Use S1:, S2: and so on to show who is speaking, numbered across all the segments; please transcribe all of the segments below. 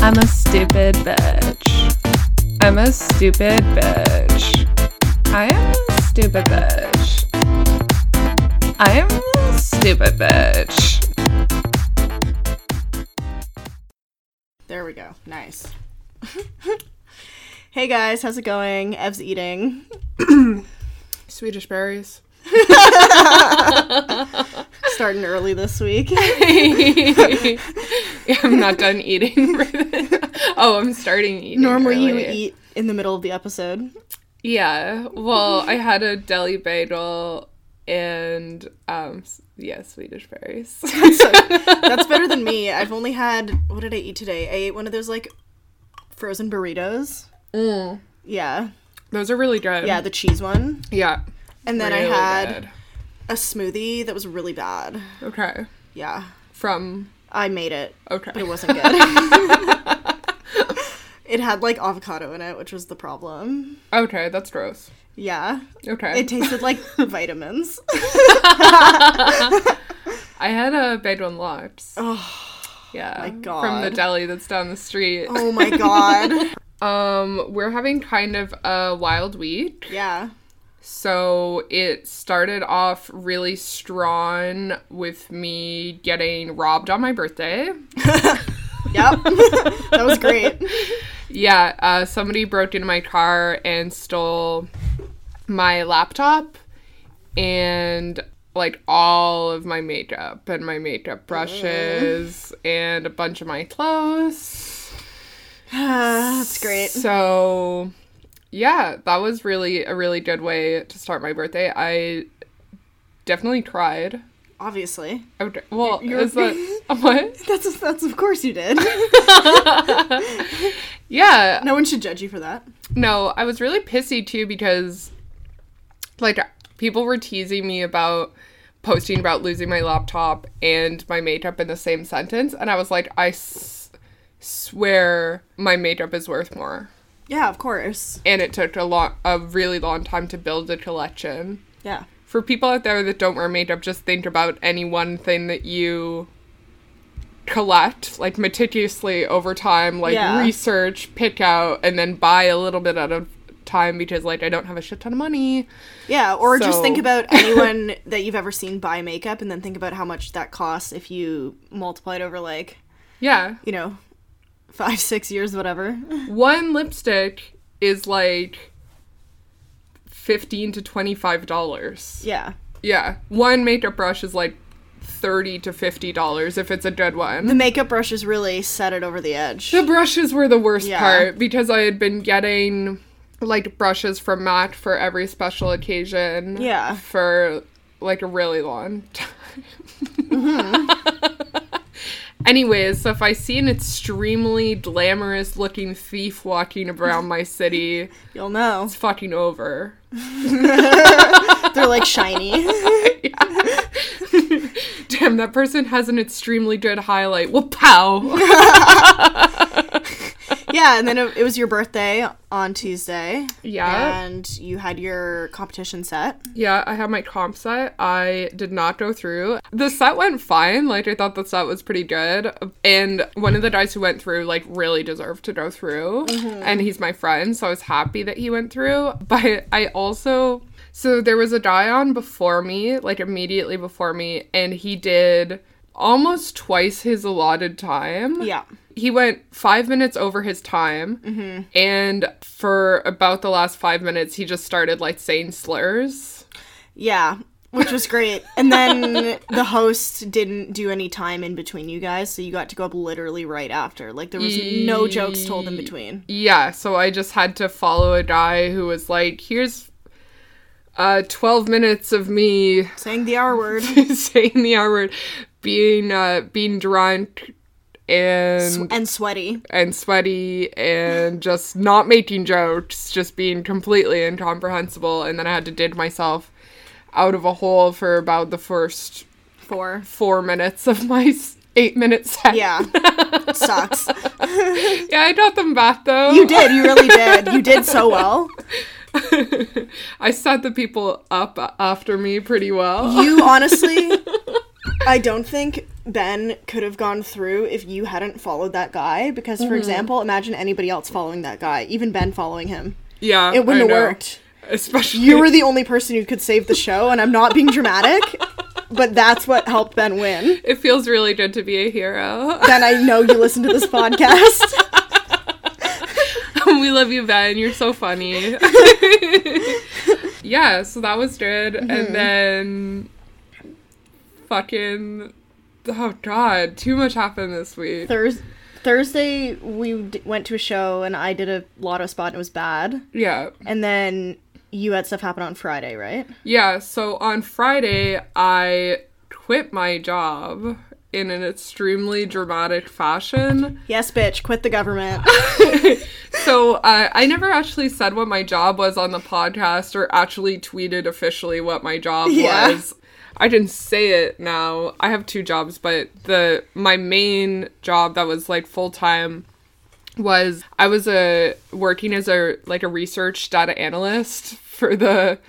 S1: I'm a stupid bitch. I'm a stupid bitch. I am a stupid bitch. I am a stupid bitch.
S2: There we go. Nice. hey guys, how's it going? Ev's eating.
S3: Swedish berries.
S2: Starting early this week.
S3: I'm not done eating. for the- oh, I'm starting eating.
S2: Normally you
S3: early.
S2: eat in the middle of the episode.
S3: Yeah. Well, I had a deli bagel and um s- yeah, Swedish berries.
S2: So, that's better than me. I've only had what did I eat today? I ate one of those like frozen burritos. Mm. Yeah.
S3: Those are really good.
S2: Yeah, the cheese one.
S3: Yeah.
S2: And then
S3: Really
S2: I had
S3: good.
S2: a smoothie that was really bad.
S3: Okay.
S2: Yeah.
S3: From
S2: I made it.
S3: okay.
S2: It wasn't good. it had like avocado in it, which was the problem.
S3: Okay, that's gross.
S2: Yeah.
S3: Okay.
S2: It tasted like vitamins.
S3: I had a bagel and lox. Oh. Yeah.
S2: my
S3: From the
S2: God.
S3: deli that's down the street.
S2: Oh my god.
S3: Um, we're having kind of a wild week.
S2: Yeah.
S3: So it started off really strong with me getting robbed on my birthday.
S2: Yep. that was great.
S3: Yeah, uh, somebody broke into my car and stole my laptop and like all of my makeup and my makeup brushes and a bunch of my clothes.
S2: Uh, That's great.
S3: So, yeah, that was really a really good way to start my birthday. I definitely cried.
S2: Obviously.
S3: Okay. Well,
S2: you're-
S3: is that what?
S2: That's that's of course you did.
S3: Yeah.
S2: No one should judge you for that.
S3: No, I was really pissy too because, like, people were teasing me about posting about losing my laptop and my makeup in the same sentence, and I was like, I s- swear my makeup is worth more.
S2: Yeah, of course.
S3: And it took a long, a really long time to build a collection.
S2: Yeah.
S3: For people out there that don't wear makeup, just think about any one thing that you collect, like meticulously over time, like
S2: Yeah.
S3: research, pick out, and then buy a little bit at a time because, like, I don't have a shit ton of money.
S2: Yeah, or just
S3: So-
S2: think about anyone that you've ever seen buy makeup and then think about how much that costs if you multiply it over like,
S3: Yeah.
S2: you know, 5 6 years whatever.
S3: One lipstick is like 15 to $25.
S2: Yeah.
S3: Yeah. One makeup brush is like 30 to $50 if it's a good one.
S2: The makeup brushes really set it over the edge.
S3: The brushes were the worst
S2: Yeah.
S3: part because I had been getting like brushes from Mac for every special occasion.
S2: Yeah.
S3: For like a really long time. Anyways, so if I see an extremely glamorous looking thief walking around my city,
S2: You'll know.
S3: it's fucking over.
S2: They're like shiny.
S3: Damn, that person has an extremely good highlight. Well, pow!
S2: yeah, and then it, it was your birthday on Tuesday.
S3: Yeah.
S2: And you had your competition set.
S3: Yeah, I had my comp set. I did not go through. The set went fine. Like, I thought the set was pretty good. And one of the guys who went through, like, really deserved to go through. And he's my friend, so I was happy that he went through. But I also. So there was a guy on before me, like, immediately before me, and he did almost twice his allotted time
S2: Yeah.
S3: he went five minutes over his time and for about the last five minutes he just started like saying slurs
S2: Yeah, which was great. And then the host didn't do any time in between you guys, so you got to go up literally right after. Like there was no jokes told in between.
S3: yeah so i just had to follow a guy who was like here's uh 12 minutes of me
S2: Saying the R word.
S3: saying the r word being uh being drunk and
S2: And sweaty.
S3: and sweaty and just not making jokes, just being completely incomprehensible. And then I had to dig myself out of a hole for about the first
S2: Four.
S3: four minutes of my s- eight minute set.
S2: Yeah. Sucks.
S3: Yeah, I got them back though.
S2: You did. You really did. You did so well.
S3: I set the people up after me pretty well.
S2: You honestly, I don't think Ben could have gone through if you hadn't followed that guy. Because, for example, imagine anybody else following that guy, even Ben following him.
S3: Yeah,
S2: It wouldn't
S3: I
S2: have
S3: know.
S2: worked.
S3: Especially
S2: You were the only person who could save the show, and I'm not being dramatic, but that's what helped Ben win.
S3: It feels really good to be a hero.
S2: Ben, I know you listen to this podcast.
S3: we love you, Ben. You're so funny. yeah, so that was good.
S2: Mm-hmm.
S3: And then fucking oh god, too much happened this week.
S2: Thurs- Thursday, we d- went to a show, and I did a lotto spot, and it was bad.
S3: Yeah.
S2: And then you had stuff happen on Friday, right?
S3: Yeah, so on Friday I quit my job in an extremely dramatic fashion.
S2: Yes, bitch, quit the government.
S3: So uh, I never actually said what my job was on the podcast or actually tweeted officially what my job
S2: Yeah.
S3: was. I didn't say it now. I have two jobs, but the my main job that was like full time was I was a working as a like a research data analyst for the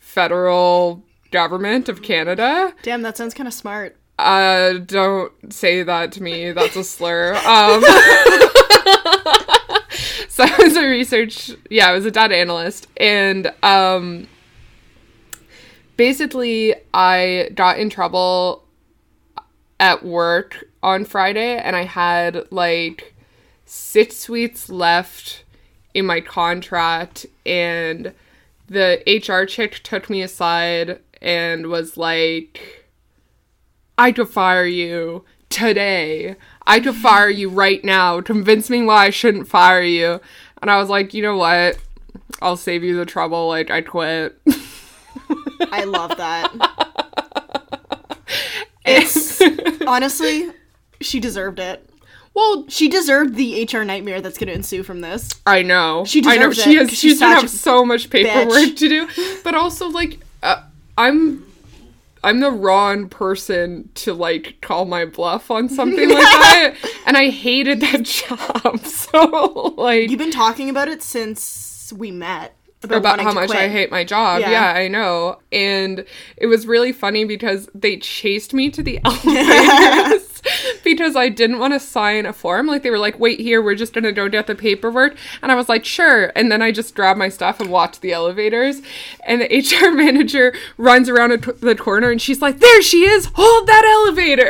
S3: federal government of Canada.
S2: Damn, that sounds kind of smart.
S3: Uh, don't say that to me. That's a slur. Um, so I was a research, yeah, I was a data analyst, and um, basically I got in trouble at work on Friday, and I had like six weeks left in my contract, and the HR chick took me aside and was like. I could fire you today. I could fire you right now. Convince me why I shouldn't fire you. And I was like, you know what? I'll save you the trouble. Like, I quit.
S2: I love that. It's honestly, she deserved it.
S3: well,
S2: She deserved the HR nightmare that's going to ensue from this.
S3: I know.
S2: She
S3: I know.
S2: deserves
S3: She
S2: it,
S3: has.
S2: 'cause
S3: She's
S2: she's
S3: gonna
S2: such
S3: have
S2: a
S3: so much paperwork
S2: bitch.
S3: to do. But also, like, uh, I'm. I'm the wrong person to like call my bluff on something like that, and I hated that job. So like,
S2: You've been talking about it since we met.
S3: about
S2: wanting
S3: how
S2: to
S3: much I
S2: quit.
S3: hate my job.
S2: Yeah.
S3: Yeah. I know. And it was really funny because they chased me to the elevators because I didn't want to sign a form. Like they were like, "Wait here, we're just gonna go get the paperwork," and I was like, "Sure." And then I just grabbed my stuff and walked to the elevators. And the HR manager runs around a t- the corner and she's like, "There she is! Hold that elevator!"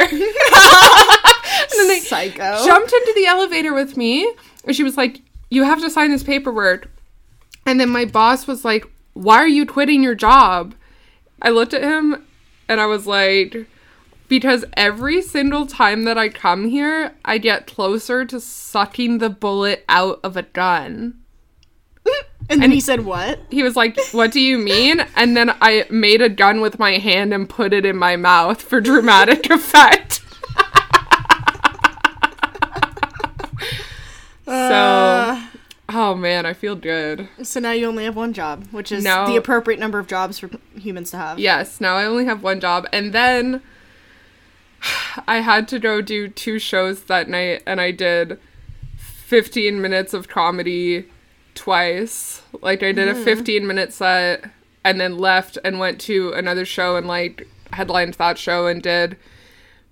S2: Psycho.
S3: jumped into the elevator with me and she was like you have to sign this paperwork and then my boss was like why are you quitting your job i looked at him and i was like because every single time that i come here i get closer to sucking the bullet out of a gun
S2: and then he said, "What?"
S3: he was like what do you mean and then i made a gun with my hand and put it in my mouth for dramatic effect so
S2: Uh,
S3: Oh man, I feel good.
S2: so now you only have one job, which is
S3: No.
S2: the appropriate number of jobs for humans to have.
S3: Yes, now I only have one job. And then I had to go do two shows that night, and I did 15 minutes of comedy twice. Like, I did
S2: Mm-hmm.
S3: a 15 minute set and then left and went to another show and, like, headlined that show and did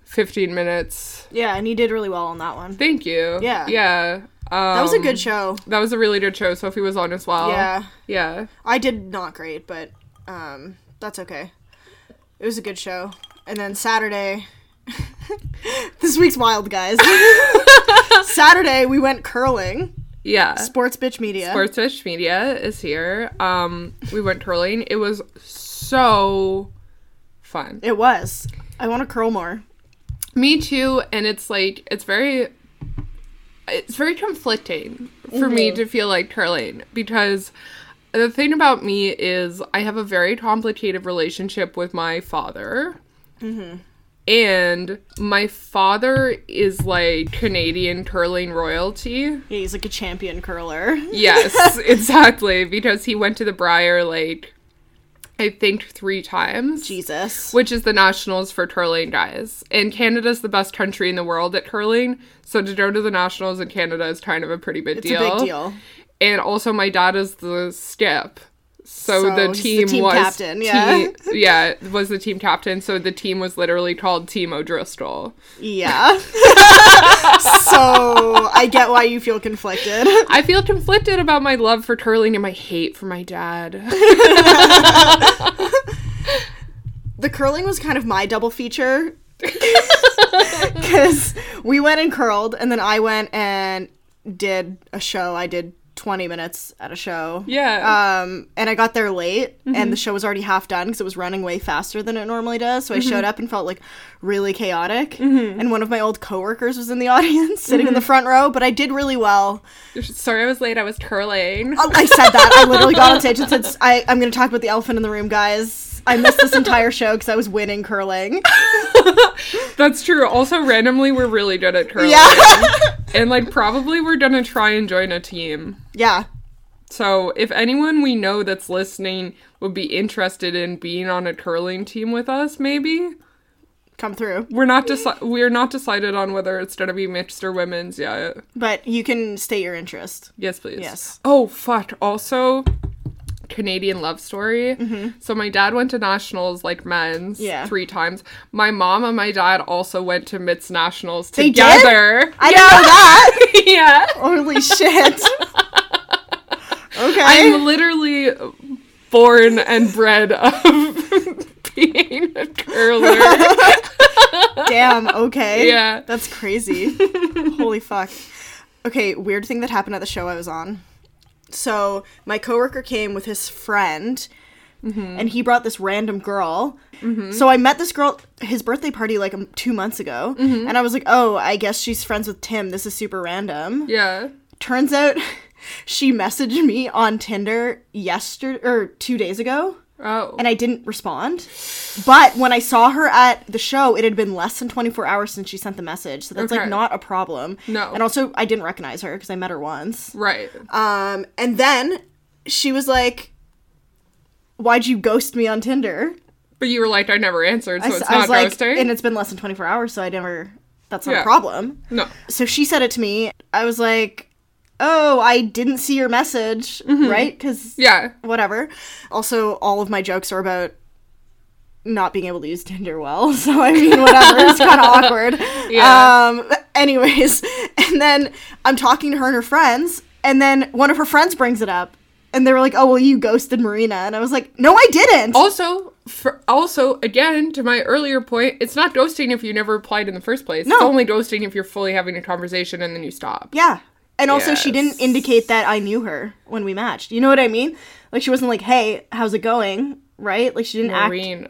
S3: 15 minutes.
S2: Yeah, and he did really well on that one.
S3: Thank you.
S2: Yeah.
S3: Yeah. Um,
S2: that was a good show.
S3: That was a really good show. Sophie was on as well.
S2: Yeah.
S3: Yeah.
S2: I did not great, but um, that's okay. It was a good show. And then Saturday, this week's wild, guys. Saturday, we went curling.
S3: Yeah.
S2: Sports bitch media.
S3: Sportsfish Media is here. Um, we went curling. It was so fun.
S2: It was. I want to curl more.
S3: Me too. And it's like it's very, it's very conflicting for me to feel like curling because the thing about me is I have a very complicated relationship with my father. And my father is like Canadian curling royalty.
S2: Yeah, he's like a champion curler.
S3: Yes, exactly. Because he went to the Briar like I think three times.
S2: Jesus.
S3: Which is the nationals for curling guys. And Canada's the best country in the world at curling. So to go to the nationals in Canada is kind of a pretty big
S2: It's
S3: deal.
S2: a big deal.
S3: And also my dad is the skip. So,
S2: So
S3: the
S2: he's the
S3: team,
S2: team
S3: was
S2: captain, yeah.
S3: team- yeah, was the team captain. So the team was literally called Team O'Driscoll.
S2: Yeah. so I get why you feel conflicted.
S3: I feel conflicted about my love for curling and my hate for my dad.
S2: The curling was kind of my double feature. Because we went and curled, and then I went and did a show. I did 20 minutes at a show.
S3: yeah,
S2: Um, and I got there late, and the show was already half done because it was running way faster than it normally does. So I showed up and felt like really chaotic. And one of my old coworkers was in the audience, sitting in the front row. But I did really well.
S3: sorry I was late. I was curling.
S2: Oh, I said that. I literally got on stage and said, I, "I'm going to talk about the elephant in the room, guys. I missed this entire show because I was winning curling."
S3: That's true. Also, randomly, we're really good at curling,
S2: Yeah,
S3: and like probably we're gonna try and join a team.
S2: yeah.
S3: So, if anyone we know that's listening would be interested in being on a curling team with us, maybe
S2: Come through.
S3: we're not deci- we're not decided on whether it's gonna be mixed or women's yet.
S2: But you can state your interest.
S3: Yes, please.
S2: Yes.
S3: Oh fuck. Also, Canadian love story. So my dad went to nationals like men's
S2: Mm-hmm. Yeah.
S3: three times. My mom and my dad also went to Mitts nationals
S2: They did?
S3: together.
S2: I didn't know that.
S3: yeah.
S2: Holy shit. Okay.
S3: I'm literally born and bred of being a curler.
S2: Damn, okay.
S3: Yeah.
S2: That's crazy. Holy fuck. Okay, weird thing that happened at the show I was on. So, my coworker came with his friend and he brought this random girl. So, I met this girl at his birthday party like um, 2 months ago and I was like, "Oh, I guess she's friends with Tim. This is super random."
S3: yeah.
S2: Turns out she messaged me on Tinder yesterday or 2 days ago
S3: Oh.
S2: and I didn't respond. But when I saw her at the show, it had been less than 24 hours since she sent the message. So that's
S3: Okay.
S2: like not a problem.
S3: No.
S2: And also, I didn't recognize her because I met her once.
S3: right.
S2: Um, and then she was like, Why'd you ghost me on Tinder?
S3: But you were like, I never answered, so
S2: I s-
S3: it's
S2: I
S3: not
S2: was like,
S3: ghosting.
S2: And it's been less than 24 hours, so I never, that's not
S3: Yeah.
S2: a problem.
S3: no.
S2: So she said it to me. I was like, Oh, I didn't see your message, right? Because
S3: Mm-hmm. Yeah.
S2: whatever. Also, all of my jokes are about not being able to use Tinder well. So I mean, whatever. it's kind of awkward.
S3: Yeah.
S2: Um. Anyways, and then I'm talking to her and her friends, and then one of her friends brings it up, and they were like, "Oh, well, you ghosted Marina," and I was like, "No, I didn't."
S3: Also, for, also again to my earlier point, it's not ghosting if you never applied in the first place. It's
S2: No.
S3: only ghosting if you're fully having a conversation and then you stop.
S2: yeah. And also, she
S3: Yes.
S2: didn't indicate that I knew her when we matched. You know what I mean? Like, she wasn't like, "Hey, how's it going?" Right? Like, she didn't act.
S3: Marina.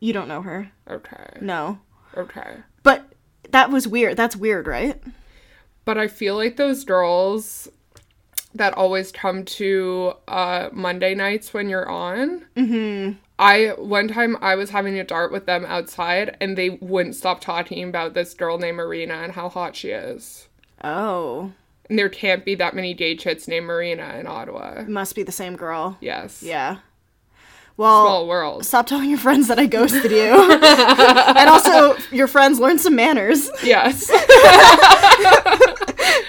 S2: You don't know her.
S3: Okay.
S2: No.
S3: Okay.
S2: But that was weird. That's weird, right?
S3: But I feel like those girls that always come to uh, Monday nights when you're on. Mm-hmm. I one time I was having a dart with them outside, and they wouldn't stop talking about this girl named Marina and how hot she is.
S2: Oh.
S3: And there can't be that many gay chits named Marina in Ottawa.
S2: Must be the same girl.
S3: Yes.
S2: Yeah. Well,
S3: Small world.
S2: stop telling your friends that I ghosted you. and also, your friends learn some manners.
S3: Yes.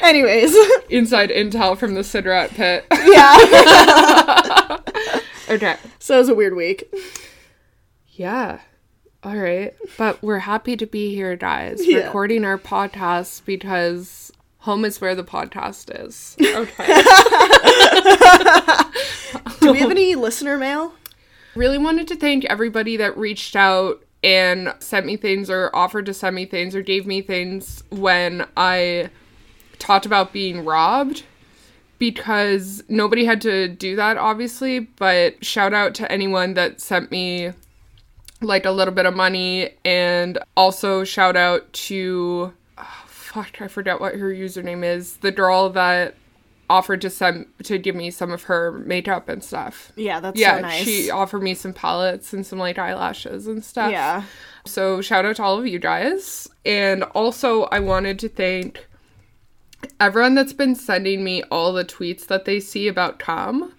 S2: Anyways,
S3: Inside intel from the cigarette pit.
S2: yeah.
S3: okay.
S2: So it was a weird week.
S3: Yeah. All right. But we're happy to be here, guys,
S2: Yeah.
S3: recording our podcast because home is where the podcast is. Okay.
S2: Do we have any listener mail?
S3: really wanted to thank everybody that reached out and sent me things or offered to send me things or gave me things when I talked about being robbed because nobody had to do that obviously but shout out to anyone that sent me like a little bit of money and also shout out to oh, fuck I forget what her username is the girl that offered to send to give me some of her makeup and stuff
S2: Yeah, that's
S3: yeah,
S2: so nice.
S3: she offered me some palettes and some like eyelashes and stuff.
S2: yeah.
S3: So shout out to all of you guys. And also I wanted to thank everyone that's been sending me all the tweets that they see about Tom. and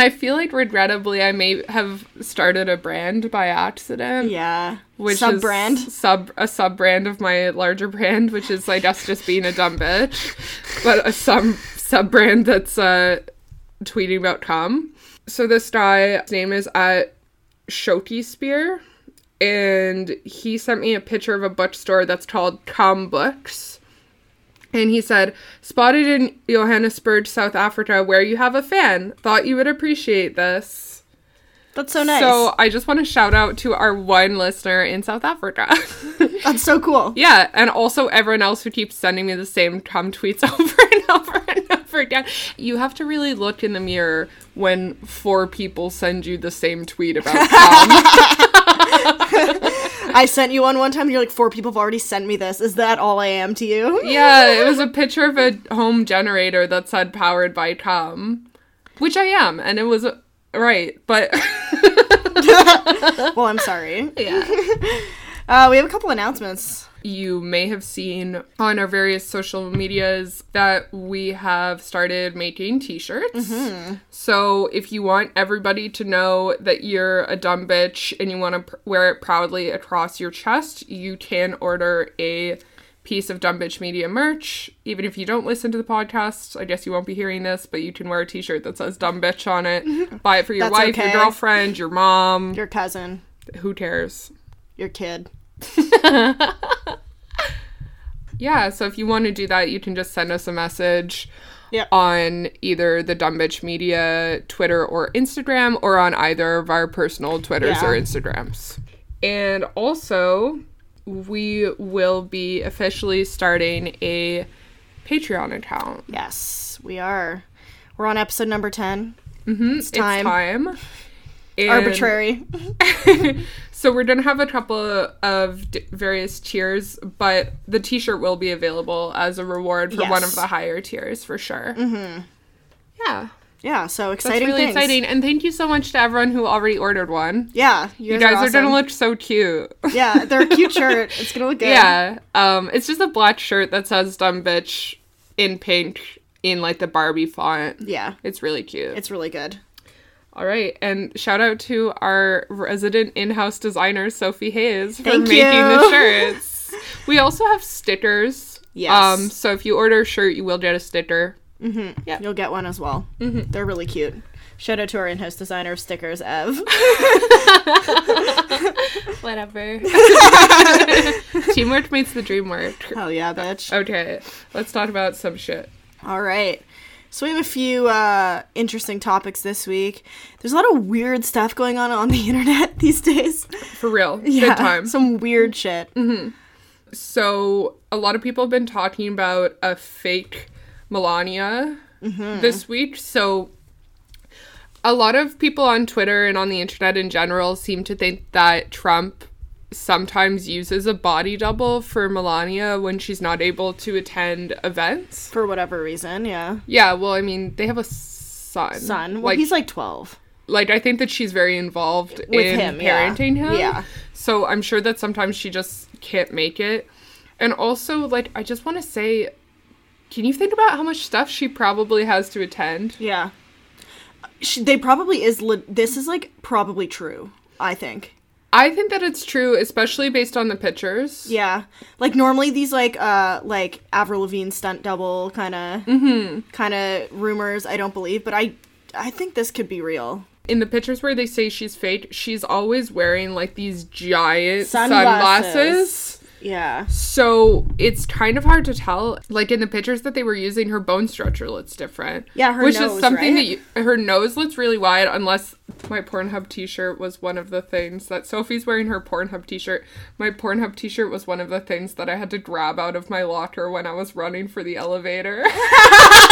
S3: I feel like regrettably I may have started a brand by accident.
S2: Yeah.
S3: Which
S2: Sub
S3: is
S2: brand.
S3: sub a sub brand of my larger brand, which is like us just being a dumb bitch, but a sub sub brand that's uh tweeting about Tom. So this guy, his name is at Shoti Spear, and he sent me a picture of a bookstore that's called Tom Books. And he said, spotted in Johannesburg, South Africa, where you have a fan. Thought you would appreciate this.
S2: That's so nice.
S3: So I just want to shout out to our one listener in South Africa.
S2: That's so cool.
S3: Yeah, and also everyone else who keeps sending me the same Tom tweets over and over and over again. You have to really look in the mirror when four people send you the same tweet about Tom.
S2: I sent you one one time, and you're like, four people have already sent me this. Is that all I am to you?
S3: yeah, it was a picture of a home generator that said powered by Tom, which I am, and it was right, but
S2: Well, I'm sorry.
S3: yeah.
S2: Uh, we have a couple announcements.
S3: you may have seen on our various social medias that we have started making t-shirts.
S2: Mm-hmm.
S3: So if you want everybody to know that you're a dumb bitch and you want to pr- wear it proudly across your chest, you can order a piece of dumb bitch media merch. Even if you don't listen to the podcast, I guess you won't be hearing this, but you can wear a t-shirt that says dumb bitch on it. Buy it for your
S2: Mm-hmm. That's
S3: wife,
S2: okay.
S3: your girlfriend, your mom,
S2: Your cousin,
S3: who cares?
S2: your kid.
S3: Yeah, so if you want to do that, you can just send us a message
S2: Yep.
S3: on either the Dumb Bitch Media Twitter or Instagram, or on either of our personal Twitters
S2: Yeah.
S3: or Instagrams. And also, we will be officially starting a Patreon account.
S2: Yes, we are. We're on episode number 10.
S3: It's
S2: time.
S3: time. And-
S2: Arbitrary.
S3: So we're gonna have a couple of d- various tiers, but the T-shirt will be available as a reward for one
S2: Yes. Mm-hmm.
S3: of the higher tiers for sure. Yeah,
S2: Yeah, so
S3: that's
S2: exciting
S3: really
S2: things.
S3: exciting, and thank you so much to everyone who already ordered one.
S2: Yeah, you
S3: You
S2: guys,
S3: guys are,
S2: awesome.
S3: gonna look so cute.
S2: Yeah, they're a cute shirt. It's gonna look good.
S3: yeah, um, it's just a black shirt that says "dumb bitch" in pink in like the Barbie font.
S2: Yeah,
S3: It's really cute.
S2: it's really good.
S3: All right, and shout out to our resident in-house designer Sophie Hayes for
S2: Thank
S3: making the
S2: you.
S3: shirts. we also have stickers.
S2: Yes.
S3: Um, so if you order a shirt, you will get a sticker.
S2: You'll get one as well.
S3: Mm-hmm.
S2: They're really cute. Shout out to our in-house designer of stickers, Ev.
S3: Whatever. Teamwork makes the dream work.
S2: Hell yeah, bitch.
S3: Okay, let's talk about some shit.
S2: All right. So we have a few uh, interesting topics this week. There's a lot of weird stuff going on on the internet these days.
S3: For real, good time. Mm-hmm.
S2: Some weird shit.
S3: So a lot of people have been talking about a fake Melania
S2: Mm-hmm.
S3: this week. So a lot of people on Twitter and on the internet in general seem to think that Trump sometimes uses a body double for Melania when she's not able to attend events.
S2: For whatever reason, yeah.
S3: Yeah, well, I mean, they have a son.
S2: Son. Well,
S3: like
S2: he's like 12.
S3: like I think that she's very involved
S2: With
S3: in
S2: him, yeah.
S3: parenting him.
S2: Yeah.
S3: So I'm sure that sometimes she just can't make it. And also, like, I just want to say, can you think about how much stuff she probably has to attend?
S2: Yeah. She, they probably is. Le- this is like probably true, I think.
S3: I think that it's true, especially based on the pictures.
S2: Yeah. Like normally these like uh like Avril Lavigne stunt double kind of
S3: Mm-hmm.
S2: kind of rumors I don't believe, but I I think this could be real.
S3: In the pictures where they say she's fake, she's always wearing like these giant
S2: Sunglasses.
S3: sunglasses.
S2: Yeah.
S3: So it's kind of hard to tell. Like in the pictures that they were using, her bone structure looks different.
S2: Yeah, her
S3: which
S2: nose,
S3: is something
S2: right?
S3: that you, her nose looks really wide. Unless my Pornhub T-shirt was one of the things that Sophie's wearing her Pornhub T-shirt. My Pornhub T-shirt was one of the things that I had to grab out of my locker when I was running for the elevator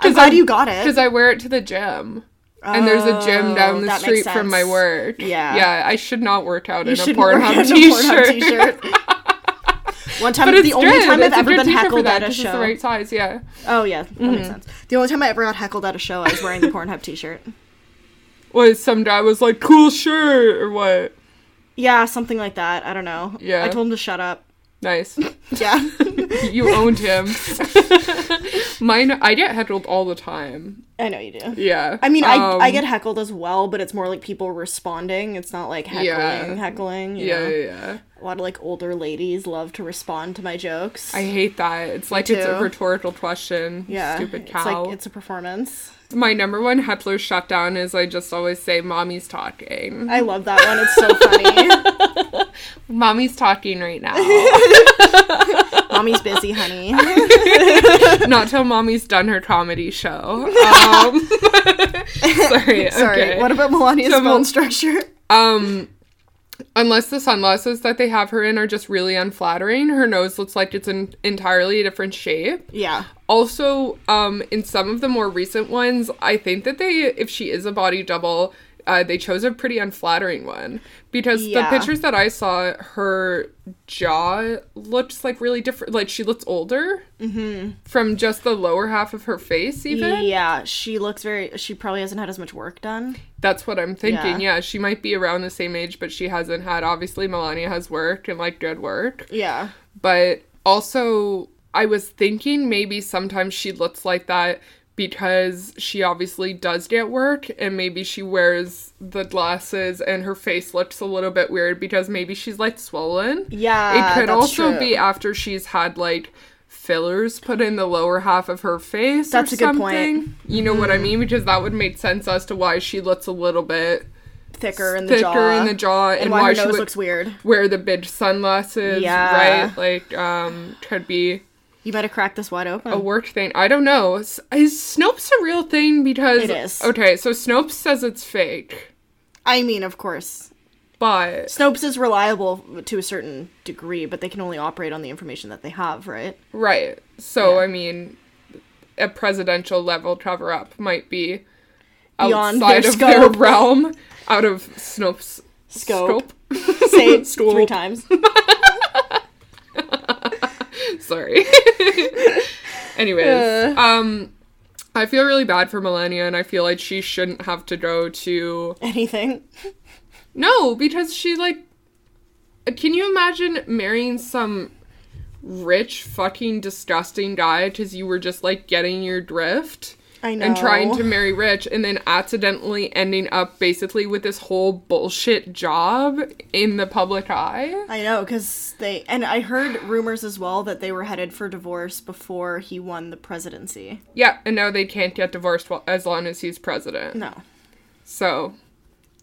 S2: I'm glad you got it.
S3: because I wear it to the gym. And there's a gym
S2: Oh,
S3: down the
S2: that makes
S3: street from my
S2: sense.
S3: work.
S2: Yeah.
S3: Yeah, I should not work out in a
S2: shouldn't wear
S3: Pornhub
S2: it as a
S3: t-shirt.
S2: Pornhub t-shirt. One time,
S3: But it's
S2: the only
S3: good.
S2: time
S3: It's
S2: I've
S3: a
S2: ever
S3: good
S2: been
S3: t-shirt for
S2: heckled
S3: that,
S2: at a
S3: just
S2: show.
S3: It's the right size, yeah.
S2: Oh yeah, that makes sense. The only time I ever got heckled at a show, I was wearing the Pornhub T-shirt.
S3: was some guy was like, cool shirt, or what?
S2: Yeah, something like that. I don't know.
S3: Yeah.
S2: I told him to shut up.
S3: Nice.
S2: Yeah.
S3: you owned him. Mine, I get heckled all the time.
S2: I know you do.
S3: Yeah.
S2: I mean,
S3: Um,
S2: I, I get heckled as well, but it's more like people responding. It's not like heckling,
S3: Yeah.
S2: heckling. You
S3: Yeah,
S2: know?
S3: yeah, yeah.
S2: A lot of like older ladies love to respond to my jokes.
S3: I hate that. It's like it's a
S2: too.
S3: rhetorical question.
S2: yeah,
S3: Stupid
S2: it's
S3: cow.
S2: like it's a performance.
S3: My number one heckler shutdown is I just always say, Mommy's talking.
S2: I love that one. It's so funny.
S3: Mommy's talking right now.
S2: Mommy's busy, honey.
S3: Not till Mommy's done her comedy show. Um, sorry.
S2: Sorry.
S3: okay.
S2: What about Melania's
S3: So Mel-
S2: bone structure?
S3: Um, unless the sunglasses that they have her in are just really unflattering, her nose looks like it's an entirely different shape.
S2: Yeah.
S3: Also, um, in some of the more recent ones, I think that they, if she is a body double, uh, they chose a pretty unflattering one because
S2: Yeah.
S3: the pictures that I saw, her jaw looks like really different. Like she looks older
S2: Mm-hmm.
S3: from just the lower half of her face, even.
S2: Yeah, she looks very. She probably hasn't had as much work done.
S3: That's what I'm thinking.
S2: Yeah.
S3: Yeah. she might be around the same age, but she hasn't had. Obviously, Melania has worked and like good work,
S2: Yeah.
S3: but also I was thinking maybe sometimes she looks like that because she obviously does get work and maybe she wears the glasses and her face looks a little bit weird because maybe she's like swollen.
S2: Yeah,
S3: It could
S2: that's
S3: also
S2: true.
S3: be after she's had like fillers put in the lower half of her face.
S2: That's
S3: or
S2: a good point. Mm-hmm.
S3: something. You know what I mean? Because that would make sense as to why she looks a little bit
S2: Thicker in the
S3: thicker
S2: jaw.
S3: in the jaw and,
S2: And
S3: why,
S2: why her
S3: she
S2: nose
S3: would
S2: looks weird.
S3: wear the big sunglasses,
S2: Yeah.
S3: right? Like, um, could be
S2: You better crack this wide open.
S3: a work thing. I don't know. S- Is Snopes a real thing? Because
S2: It is.
S3: okay, so Snopes says it's fake,
S2: I mean, of course.
S3: but
S2: Snopes is reliable to a certain degree, but they can only operate on the information that they have, right?
S3: right. So
S2: Yeah.
S3: I mean, a presidential level cover up might be
S2: Beyond
S3: outside
S2: their
S3: of their
S2: scope.
S3: realm, out of Snopes'
S2: Scope. Say it
S3: Scope.
S2: three times.
S3: Sorry. Anyways,
S2: Uh.
S3: um, I feel really bad for Melania, and I feel like she shouldn't have to go to
S2: Anything.
S3: No, because she like uh, can you imagine marrying some rich fucking disgusting guy cuz you were just like getting your drift
S2: I know.
S3: and trying to marry rich and then accidentally ending up basically with this whole bullshit job in the public eye?
S2: I know, because they. And I heard rumors as well that they were headed for divorce before he won the presidency.
S3: Yeah, and now they can't get divorced while, as long as he's president.
S2: No.
S3: So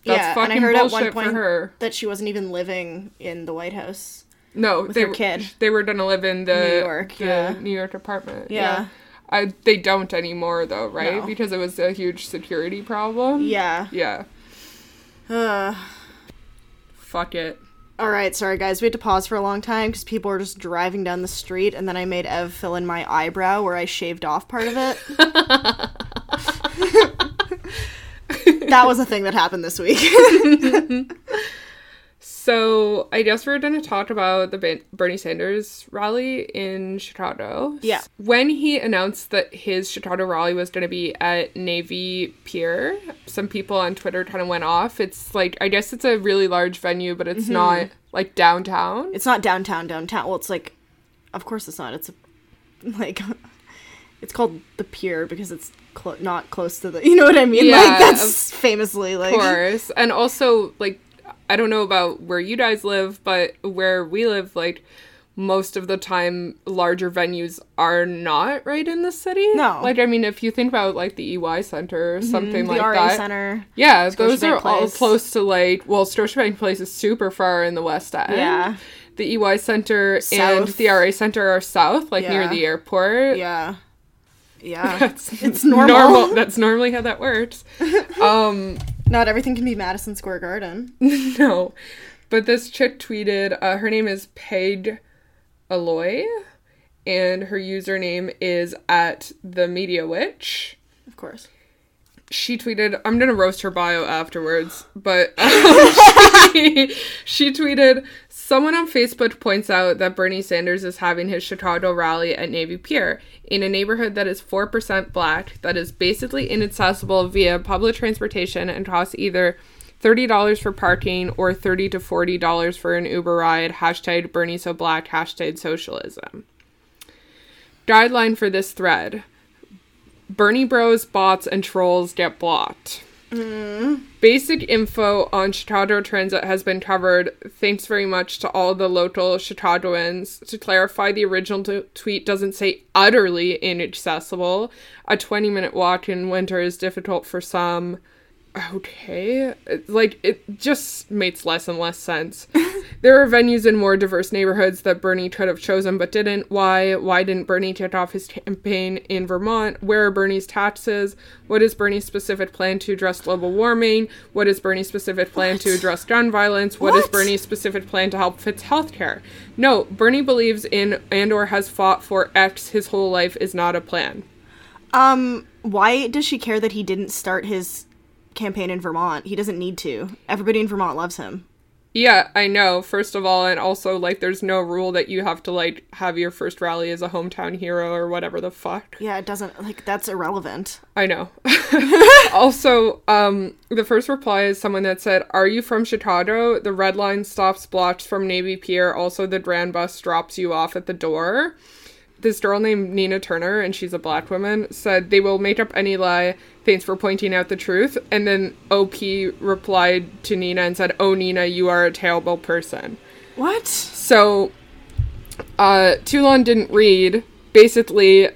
S3: that's
S2: yeah,
S3: fucking
S2: and I heard at
S3: bullshit
S2: one point
S3: for her.
S2: that she wasn't even living in the White House.
S3: No, they
S2: her
S3: were
S2: kid.
S3: They were gonna live in the
S2: New York,
S3: the
S2: yeah.
S3: New York apartment.
S2: Yeah.
S3: I, they don't anymore though, right?
S2: No.
S3: Because it was a huge security problem.
S2: Yeah.
S3: Yeah.
S2: Ugh.
S3: Fuck it.
S2: All right, sorry guys, we had to pause for a long time because people were just driving down the street, and then I made Ev fill in my eyebrow where I shaved off part of it. that was a thing that happened this week.
S3: So I guess we're gonna talk about the Ban- Bernie Sanders rally in Chicago.
S2: Yeah.
S3: When he announced that his Chicago rally was gonna be at Navy Pier, some people on Twitter kind of went off. It's like I guess it's a really large venue, but
S2: Mm-hmm.
S3: it's not like downtown.
S2: it's not downtown, downtown. Well, it's like, of course it's not. It's like, it's called the pier because it's clo- not close to the. You know what I mean?
S3: Yeah,
S2: like that's famously like.
S3: course. And also, like, I don't know about where you guys live, but where we live, like, most of the time, larger venues are not right in the city.
S2: No. Mm-hmm.
S3: Like, I mean, if you think about, like, the EY Center or something
S2: The
S3: like
S2: RA
S3: that.
S2: Center.
S3: Yeah, those
S2: Scotiabank
S3: are all
S2: Place.
S3: close to, like, well, Scotiabank Place is super far in the West End.
S2: Yeah.
S3: The EY Center and
S2: South.
S3: the RA Center are south, like, near
S2: Yeah.
S3: the airport.
S2: Yeah. Yeah.
S3: That's
S2: it's normal.
S3: That's normally how that works.
S2: Not everything can be Madison Square Garden.
S3: No. But this chick tweeted, uh, her name is Paige Aloy, and her username is at the Media Witch.
S2: Of course.
S3: She tweeted, I'm gonna roast her bio afterwards, but she, she tweeted, Someone on Facebook points out that Bernie Sanders is having his Chicago rally at Navy Pier in a neighborhood that is 4% black, that is basically inaccessible via public transportation and costs either $30 for parking or $30 to $40 for an Uber ride. Hashtag Bernie so black, hashtag socialism. Guideline for this thread Bernie bros, bots, and trolls get blocked. Basic info on Chicago transit has been covered. Thanks very much to all the local Chicagoans. To clarify, the original t- tweet doesn't say utterly inaccessible. A 20 minute walk in winter is difficult for some. Okay. It's Like, it just makes less and less sense. there are venues in more diverse neighborhoods that Bernie could have chosen but didn't. Why? Why didn't Bernie kick off his campaign in Vermont? Where are Bernie's taxes? What is Bernie's specific plan to address global warming? What is Bernie's specific plan to address gun violence? what is
S2: What?
S3: Bernie's specific plan to help Fitz healthcare? No, Bernie believes in and or has fought for X his whole life is not a plan.
S2: Um, why does she care that he didn't start his campaign in Vermont? He doesn't need to. Everybody in Vermont loves him.
S3: Yeah, I know. First of all, and also like there's no rule that you have to like have your first rally as a hometown hero or whatever the fuck.
S2: Yeah, it doesn't like that's irrelevant.
S3: I know. also, um the first reply is someone that said, "Are you from Chicago? The red line stops blocks from Navy Pier. Also, the grand bus drops you off at the door." This girl named Nina Turner, and she's a black woman, said, "They will make up any lie. Thanks for pointing out the truth." And then OP replied to Nina and said, "Oh Nina, you are a terrible person."
S2: What?
S3: So, uh, Toulon didn't read. Basically,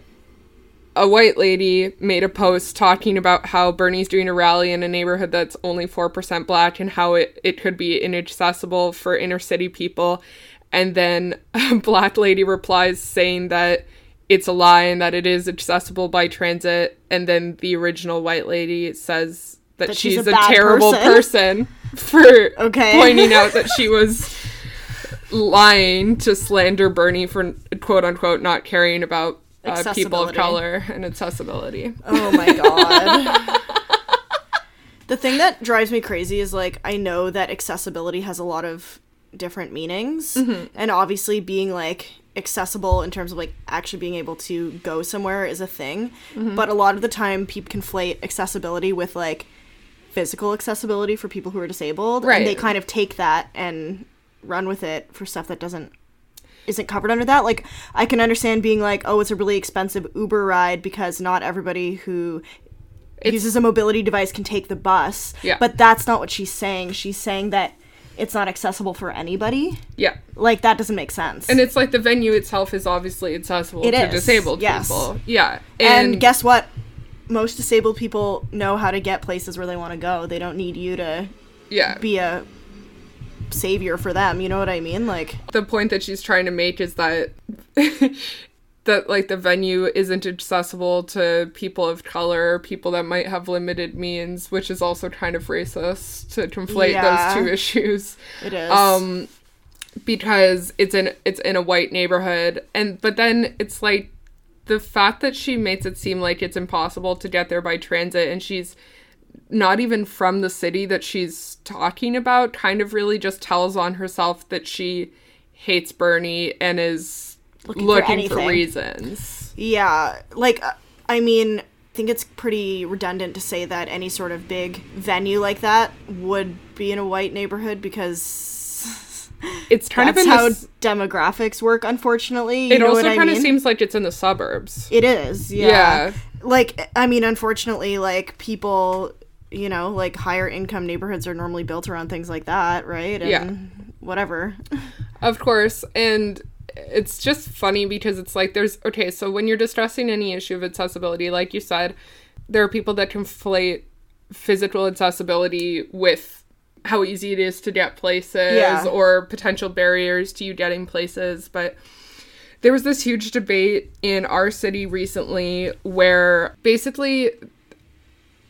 S3: a white lady made a post talking about how Bernie's doing a rally in a neighborhood that's only 4% black and how it, it could be inaccessible for inner city people. And then a black lady replies saying that it's a lie and that it is accessible by transit. And then the original white lady says that,
S2: That
S3: she's, a, terrible person, for
S2: Okay.
S3: pointing out that she was lying to slander Bernie for quote unquote not caring about uh, people of
S2: Accessibility.
S3: color and accessibility.
S2: Oh my god. the thing that drives me crazy is like I know that accessibility has a lot of different meanings and obviously being like accessible in terms of like actually being able to go somewhere is a thing but a lot of the time people conflate accessibility with like physical accessibility for people who are disabled and they
S3: Right.
S2: kind of take that and run with it for stuff that doesn't isn't covered under that. Like I can understand being like, oh, it's a really expensive Uber ride because not everybody who uses a mobility device can take the bus.
S3: Yeah.
S2: But that's not what she's saying. She's saying that it's not accessible for anybody.
S3: Yeah.
S2: Like that doesn't make sense.
S3: And it's like the venue itself is obviously accessible
S2: It
S3: to
S2: is,
S3: disabled
S2: yes.
S3: people. Yeah.
S2: and, guess what? Most disabled people know how to get places where they want to go. They don't need you to
S3: yeah.
S2: be a savior for them. You know what I mean? Like
S3: the point that she's trying to make is that that like the venue isn't accessible to people of color, people that might have limited means, which is also kind of racist to conflate
S2: Yeah.
S3: those two issues.
S2: it is.
S3: um because it's in it's in a white neighborhood and but then it's like the fact that she makes it seem like it's impossible to get there by transit and she's not even from the city that she's talking about kind of really just tells on herself that she hates Bernie and is
S2: Looking
S3: looking,
S2: for
S3: for,
S2: anything.
S3: reasons.
S2: Yeah, like uh, I mean, I think it's pretty redundant to say that any sort of big venue like that would be in a white neighborhood because
S3: It's kind
S2: that's
S3: of in
S2: how
S3: this,
S2: demographics work. Unfortunately, you
S3: it
S2: know
S3: also
S2: what I
S3: kind
S2: mean?
S3: of seems like it's in the suburbs.
S2: it is. Yeah.
S3: Yeah.
S2: like I mean, unfortunately, like people, you know, like higher income neighborhoods are normally built around things like that, right? And
S3: Yeah.
S2: Whatever.
S3: Of course, and it's just funny because it's like there's okay, so when you're discussing any issue of accessibility, like you said, there are people that conflate physical accessibility with how easy it is to get places
S2: Yeah.
S3: or potential barriers to you getting places, but there was this huge debate in our city recently where basically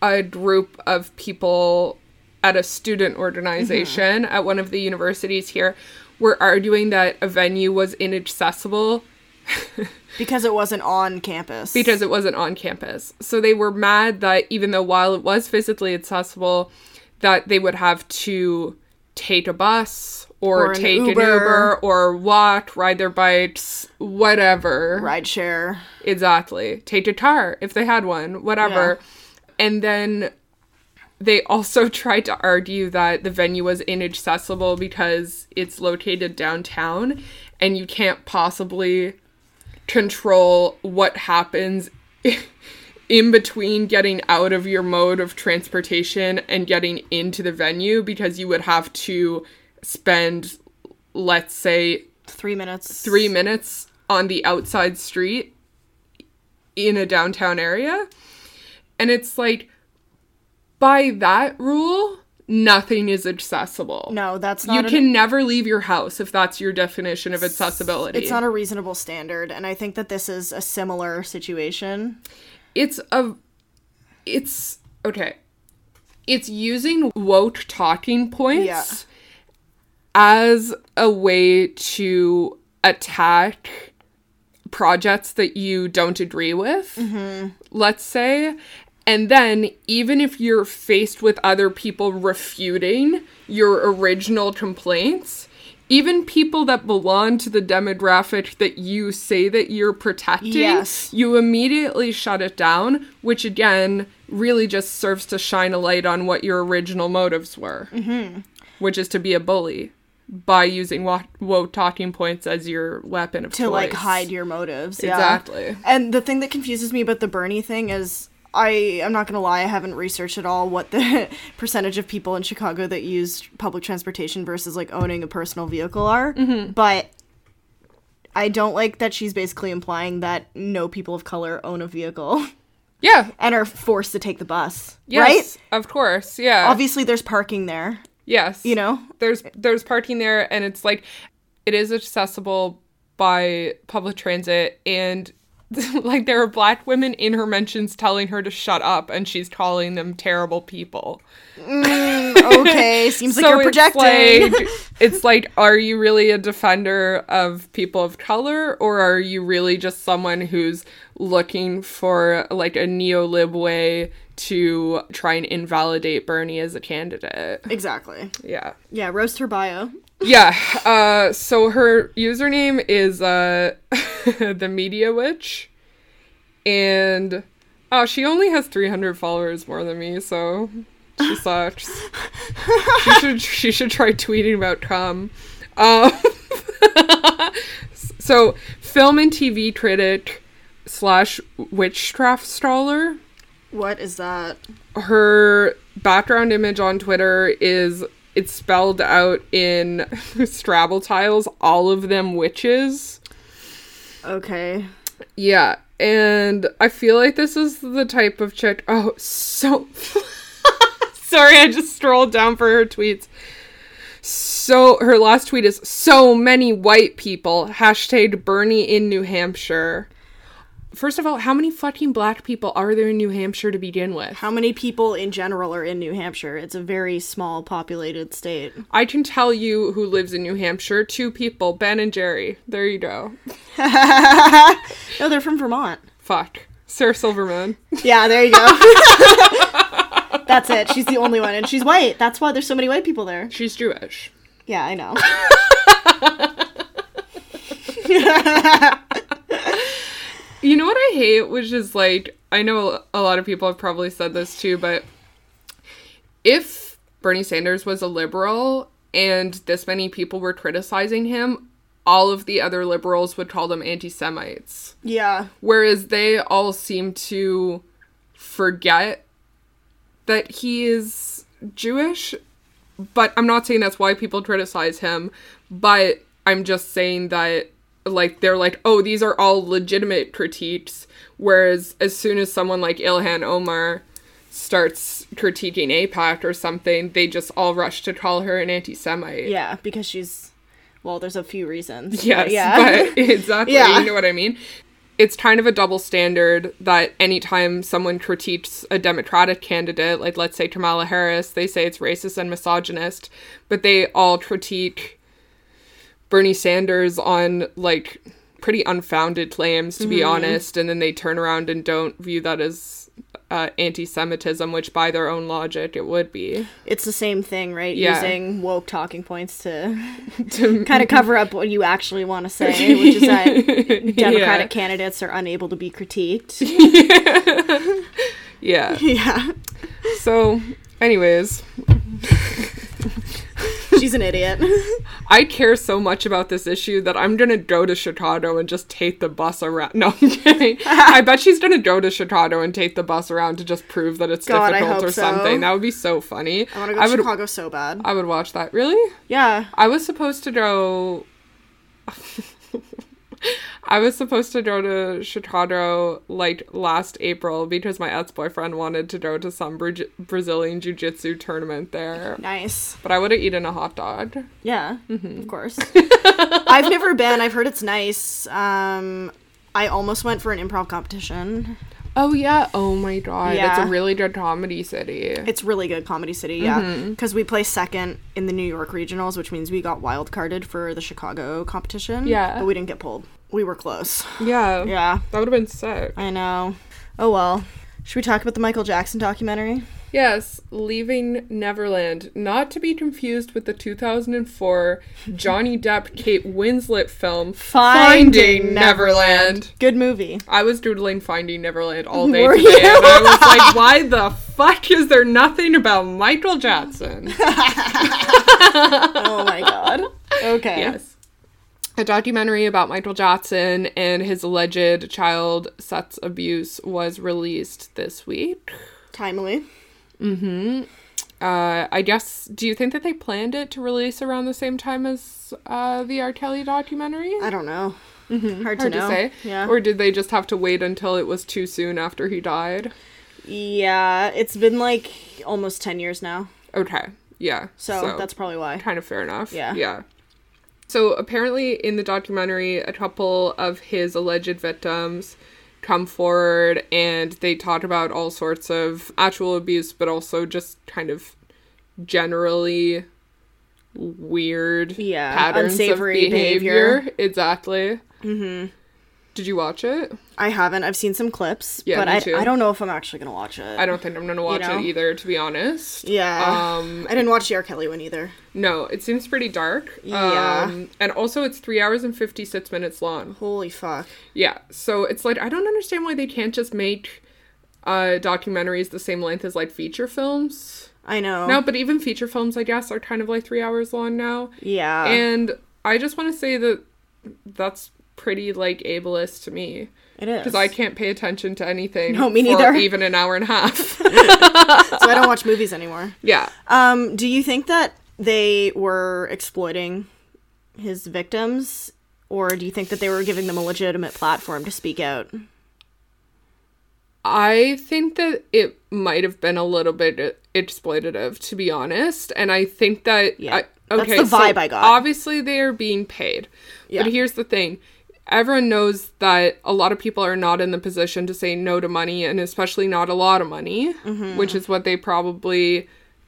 S3: a group of people at a student organization at one of the universities here were arguing that a venue was inaccessible
S2: Because it wasn't on campus.
S3: because it wasn't on campus. So they were mad that even though while it was physically accessible, that they would have to take a bus or,
S2: Or an
S3: take
S2: Uber.
S3: an Uber or walk, ride their bikes, whatever.
S2: rideshare.
S3: Exactly. Take a car if they had one, whatever. And then they also tried to argue that the venue was inaccessible because it's located downtown and you can't possibly control what happens in between getting out of your mode of transportation and getting into the venue because you would have to spend let's say
S2: Three minutes.
S3: 3 minutes on the outside street in a downtown area and it's like by that rule nothing is accessible
S2: No, that's not.
S3: you
S2: an-
S3: can never leave your house if that's your definition of accessibility.
S2: It's not a reasonable standard, and I think that this is a similar situation.
S3: it's a it's okay it's using woke talking points
S2: Yeah.
S3: as a way to attack projects that you don't agree with
S2: Mm-hmm.
S3: let's say and then even if you're faced with other people refuting your original complaints even people that belong to the demographic that you say that you're protecting
S2: Yes.
S3: you immediately shut it down, which again really just serves to shine a light on what your original motives were, mm-hmm. which is to be a bully by using wo- woke talking points as your weapon of
S2: to
S3: choice.
S2: like hide your motives. Yeah.
S3: Exactly.
S2: And the thing that confuses me about the Bernie thing is I I'm not gonna lie, I haven't researched at all what the percentage of people in Chicago that use public transportation versus like owning a personal vehicle are.
S3: Mm-hmm.
S2: But I don't like that she's basically implying that no people of color own a vehicle
S3: Yeah.
S2: and are forced to take the bus.
S3: Yes.
S2: Right?
S3: Of course. Yeah.
S2: Obviously there's parking there,
S3: yes.
S2: you know?
S3: there's there's parking there and it's like it is accessible by public transit and like there are black women in her mentions telling her to shut up and she's calling them terrible people.
S2: Okay, seems like you're projecting.
S3: It's like, it's like, are you really a defender of people of color, or are you really just someone who's looking for like a neo-lib way to try and invalidate Bernie as a candidate?
S2: exactly.
S3: Yeah.
S2: Yeah, roast her bio.
S3: Yeah. Uh, so her username is uh, the Media Witch, and oh, she only has 300 followers more than me, so she sucks. she should she should try tweeting about cum. Um, so, film and TV critic slash witchcraft staller
S2: What is that?
S3: her background image on Twitter is it's spelled out in Scrabble tiles, all of them witches.
S2: Okay.
S3: Yeah, and I feel like this is the type of chick. Oh, so sorry, I just scrolled down for her tweets. So her last tweet is so many white people hashtag Bernie in New Hampshire. First of all, how many fucking black people are there in New Hampshire to begin with?
S2: How many people in general are in New Hampshire? It's a very small populated state.
S3: I can tell you who lives in New Hampshire. Two people, Ben and Jerry. There you go.
S2: No, they're from Vermont.
S3: Fuck. Sarah Silverman.
S2: Yeah, there you go. That's it. She's the only one, and she's white. That's why there's so many white people there.
S3: She's Jewish.
S2: Yeah, I know.
S3: You know what I hate, which is like, I know a lot of people have probably said this too, but if Bernie Sanders was a liberal and this many people were criticizing him, all of the other liberals would call them anti Semites.
S2: Yeah,
S3: Whereas they all seem to forget that he is Jewish. But I'm not saying that's why people criticize him, but I'm just saying that, like, they're like, oh, these are all legitimate critiques. Whereas as soon as someone like Ilhan Omar starts critiquing APAC or something, they just all rush to call her an anti Semite.
S2: yeah, because she's. Well, there's a few reasons. but
S3: Yes,
S2: yeah.
S3: but exactly.
S2: Yeah.
S3: You know what I mean? It's kind of a double standard that anytime someone critiques a Democratic candidate, like let's say Kamala Harris, they say it's racist and misogynist, but they all critique Bernie Sanders on like pretty unfounded claims, to
S2: Mm-hmm.
S3: be honest, and then they turn around and don't view that as uh, anti Semitism, which by their own logic it would be.
S2: it's the same thing, right?
S3: Yeah.
S2: Using woke talking points to
S3: To-
S2: kind of cover up what you actually want to say, which is that Democratic
S3: Yeah.
S2: candidates are unable to be critiqued.
S3: Yeah.
S2: yeah.
S3: So, anyways,
S2: She's an idiot.
S3: I care so much about this issue that I'm gonna go to Chicago and just take the bus around. No, I'm kidding. I bet she's gonna go to Chicago and take the bus around to just prove that it's
S2: God, I
S3: difficult
S2: hope
S3: or something.
S2: so.
S3: That would be so funny.
S2: I want to go
S3: I
S2: to
S3: would. Uh,
S2: Chicago so bad.
S3: I would watch that. Really?
S2: yeah.
S3: I was supposed to go. I was supposed to go to Chicago like last April because my ex boyfriend wanted to go to some Bra- Brazilian jiu jitsu tournament there.
S2: Nice.
S3: But I would have eaten a hot dog.
S2: Yeah.
S3: Mm-hmm.
S2: Of course. I've never been. I've heard it's nice. Um, I almost went for an improv competition.
S3: Oh, yeah. Oh my God. It's
S2: Yeah.
S3: a really good comedy city.
S2: It's really good, Comedy City. Yeah,
S3: Mm-hmm.
S2: because we placed second in the New York regionals, which means we got wild carded for the Chicago competition.
S3: Yeah.
S2: but we didn't get pulled. We were close.
S3: yeah.
S2: Yeah,
S3: That would have been sick.
S2: I know. Oh well. Should we talk about the Michael Jackson documentary?
S3: Yes, Leaving Neverland, not to be confused with the 2004 Johnny Depp Kate Winslet film
S2: Finding
S3: Neverland.
S2: Good movie.
S3: I was doodling Finding Neverland all day
S2: Were
S3: today,
S2: you?
S3: and I was like, "Why the fuck is there nothing about Michael Jackson?"
S2: Oh my god. Okay.
S3: yes, a documentary about Michael Jackson and his alleged child sex abuse was released this week. Mm-hmm.
S2: Timely.
S3: Uh, I guess. Do you think that they planned it to release around the same time as uh, the R. Kelly documentary?
S2: I don't know. Hard,
S3: Mm-hmm. Hard
S2: to
S3: to
S2: know.
S3: say.
S2: Yeah.
S3: Or did they just have to wait until it was too soon after he died?
S2: yeah. It's been like almost ten years now,
S3: Okay. Yeah.
S2: so, that's probably why.
S3: kind of fair enough.
S2: Yeah.
S3: Yeah. So apparently, in the documentary, a couple of his alleged victims come forward and they talk about all sorts of actual abuse, but also just kind of generally weird
S2: Yeah,
S3: patterns
S2: unsavory
S3: of behavior. Exactly. Mm-hmm. Did you watch it?
S2: I haven't. I've seen some clips,
S3: Yeah,
S2: but
S3: me
S2: I,
S3: too.
S2: I don't know if I'm actually gonna watch it.
S3: I don't think I'm gonna watch
S2: know?
S3: it either, to be honest.
S2: yeah.
S3: Um,
S2: I didn't watch the R. Kelly one either.
S3: no, it seems pretty dark.
S2: Yeah.
S3: Um, and also, it's three hours and 56 minutes long.
S2: Holy fuck.
S3: Yeah, so it's like I don't understand why they can't just make uh documentaries the same length as like feature films.
S2: I know.
S3: No, but even feature films I guess are kind of like 3 hours long now.
S2: Yeah.
S3: and I just want to say that that's pretty like ableist to me
S2: it is.
S3: because I can't pay attention to anything
S2: No, me
S3: for
S2: neither.
S3: even an hour and a half.
S2: so I don't watch movies anymore.
S3: yeah.
S2: Um, do you think that they were exploiting his victims? Or do you think that they were giving them a legitimate platform to speak out?
S3: I think that it might have been a little bit exploitative, to be honest. And I think that
S2: Yeah.
S3: I-
S2: That's
S3: okay,
S2: the vibe
S3: so
S2: I got.
S3: Obviously, they are being paid.
S2: Yeah.
S3: But here's the thing: everyone knows that a lot of people are not in the position to say no to money, and especially not a lot of money, which is what they probably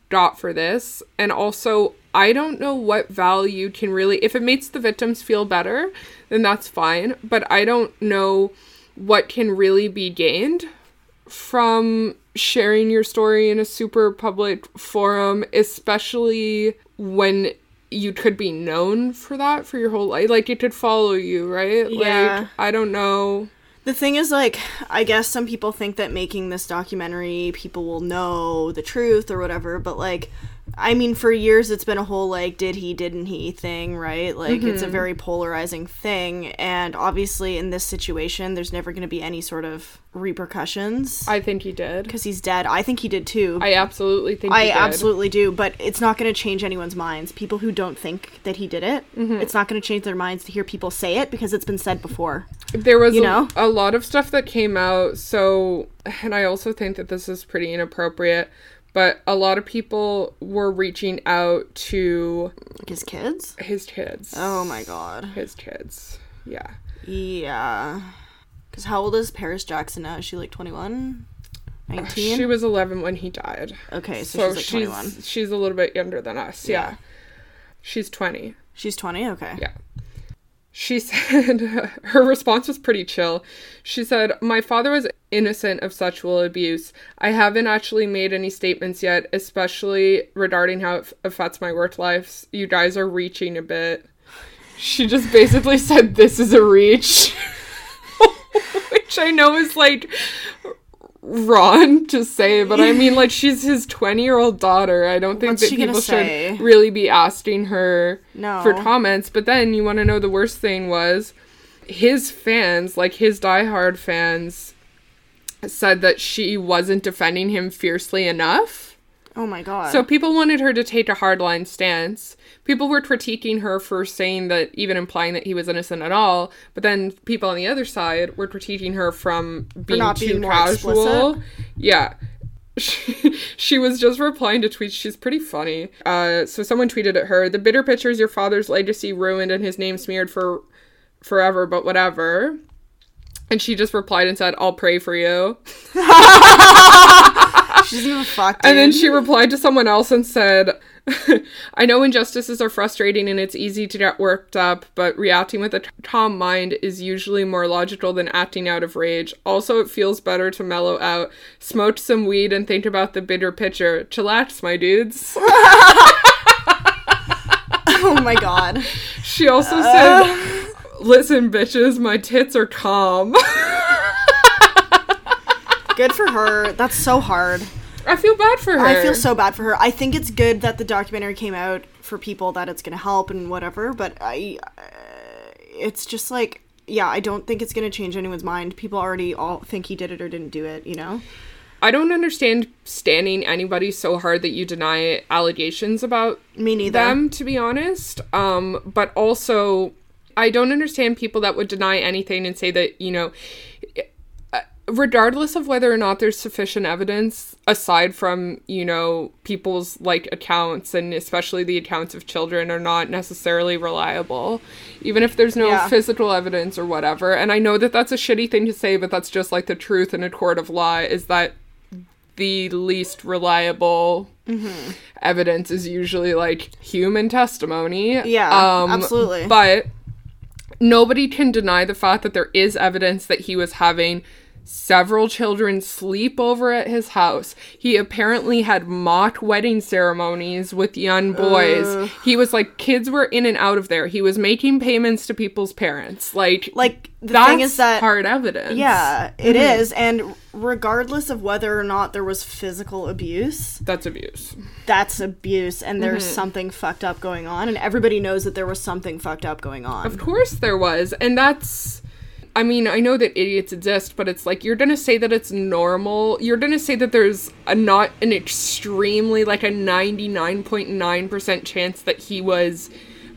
S3: got for this. And also, I don't know what value can really, if it makes the victims feel better, then that's fine. But I don't know what can really be gained from sharing your story in a super public forum, especially when you could be known for that for your whole life. Like it could follow you, right?
S2: Yeah.
S3: Like I don't know.
S2: The thing is, like, I guess some people think that making this documentary, people will know the truth or whatever, but, like, I mean, for years it's been a whole, like, did he, didn't he thing, right? Like, it's a very polarizing thing, and obviously in this situation, there's never going to be any sort of repercussions
S3: I think he did.
S2: because he's dead. I think he did too.
S3: I absolutely think he
S2: I
S3: did.
S2: absolutely do, but it's not going to change anyone's minds. People who don't think that he did it, it's not going to change their minds to hear people say it because it's been said before.
S3: there was
S2: you
S3: a,
S2: know?
S3: a lot of stuff that came out so and i also think that this is pretty inappropriate but a lot of people were reaching out to
S2: Like his kids?
S3: his kids
S2: Oh my god.
S3: his kids yeah
S2: Yeah. Because how old is Paris Jackson now? Is she like 21? 19?
S3: she was 11 when he died
S2: okay, so,
S3: Oh, so
S2: she's like 21.
S3: she's she's a little bit younger than us yeah. she's 20
S2: She's 20? Okay.
S3: Yeah. She said, her response was pretty chill. She said, My father was innocent of sexual abuse. I haven't actually made any statements yet, especially regarding how it f- affects my work life. You guys are reaching a bit. She just basically said, This is a reach. Which I know is like Ron to say, but I mean, like, she's his 20 year old daughter. I don't think
S2: What's
S3: that
S2: she gonna
S3: people
S2: say?
S3: should really be asking her
S2: No.
S3: for comments. But then you want to know the worst thing was his fans, like his diehard fans, said that she wasn't defending him fiercely enough.
S2: Oh my god.
S3: So people wanted her to take a hardline stance. People were critiquing her for saying that, even implying that he was innocent at all. But then people on the other side were critiquing her from being
S2: not
S3: too
S2: being more
S3: casual. Yeah. She, she was just replying to tweets. She's pretty funny. Uh, so someone tweeted at her, "The bitter pictures your father's legacy ruined and his name smeared for forever, but whatever." And she just replied and said, "I'll pray for you."
S2: she doesn't give a fuck.
S3: And then
S2: dude.
S3: she replied to someone else and said, I know injustices are frustrating and it's easy to get worked up, but reacting with a calm mind is usually more logical than acting out of rage. Also, it feels better to mellow out, smoke some weed, and think about the bigger picture. Chillax, my dudes.
S2: oh my god.
S3: She also
S2: Uh.
S3: said, Listen, bitches, my tits are calm.
S2: Good for her. That's so hard.
S3: I feel bad for her.
S2: I feel so bad for her. I think it's good that the documentary came out for people that it's going to help and whatever, but I uh, it's just like yeah, I don't think it's going to change anyone's mind. People already all think he did it or didn't do it, you know?
S3: I don't understand standing anybody so hard that you deny allegations about
S2: Me neither.
S3: them to be honest um but also i don't understand people that would deny anything and say that you know uh, regardless of whether or not there's sufficient evidence aside from you know people's like accounts and especially the accounts of children are not necessarily reliable even if there's no
S2: Yeah.
S3: physical evidence or whatever and i know that that's a shitty thing to say but that's just like the truth in a court of law is that the least reliable evidence is usually like human testimony.
S2: Yeah, absolutely.
S3: Um, But nobody can deny the fact that there is evidence that he was having several children sleep over at his house. He apparently had mock wedding ceremonies with young boys. He was like kids were in and out of there. He was making payments to people's parents. Like
S2: Like the
S3: that's
S2: thing is that
S3: hard evidence.
S2: yeah, it
S3: Hmm.
S2: is, and regardless of whether or not there was physical abuse,
S3: That's abuse.
S2: that's abuse and there's
S3: Mm-hmm.
S2: something fucked up going on and everybody knows that there was something fucked up going on
S3: Of course there was. And that's I mean, I know that idiots exist, but it's like you're going to say that it's normal. You're going to say that there's a not an extremely like a 99.9% chance that he was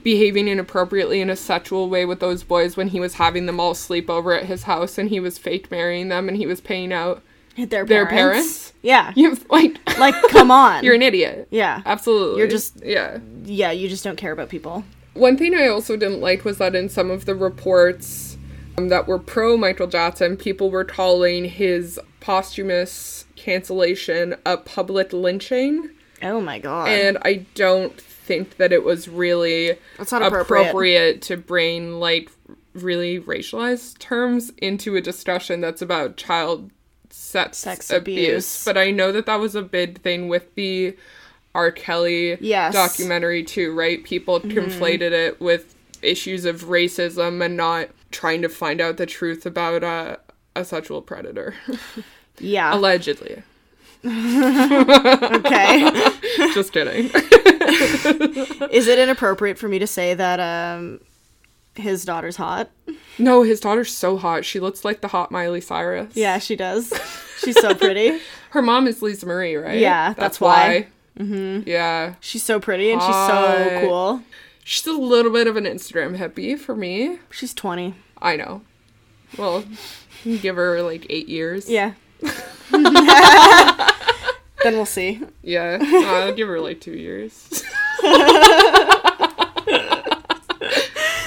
S3: behaving inappropriately in a sexual way with those boys when he was having them all sleep over at his house and he was fake marrying them and he was paying out
S2: Hit their parents,
S3: their parents?
S2: yeah
S3: you like
S2: like come on
S3: you're an idiot.
S2: yeah
S3: Absolutely.
S2: You're just-
S3: yeah.
S2: yeah you just don't care about people
S3: One thing I also didn't like was that in some of the reports um, that were pro Michael Jackson, people were calling his posthumous cancellation a public lynching.
S2: oh my god
S3: And I don't think that it was really
S2: That's not appropriate.
S3: appropriate to bring like really racialized terms into a discussion that's about child sex,
S2: Sex
S3: abuse.
S2: abuse.
S3: But I know that that was a big thing with the R. Kelly
S2: Yes. Mm-hmm.
S3: documentary too, right? People conflated it with issues of racism and not trying to find out the truth about uh, a sexual predator,
S2: yeah
S3: allegedly.
S2: okay
S3: Just kidding.
S2: is it inappropriate for me to say that um his daughter's hot
S3: No, his daughter's so hot. She looks like the hot Miley Cyrus.
S2: yeah she does she's so pretty
S3: Her mom is Lisa Marie, right?
S2: Yeah, that's why.
S3: Mm-hmm. Yeah.
S2: she's so pretty and she's
S3: Hot.
S2: so cool
S3: She's a little bit of an Instagram hippie for me.
S2: she's 20
S3: I know. Well, give her like eight years.
S2: yeah then we'll see
S3: Yeah. I'll give her like two years.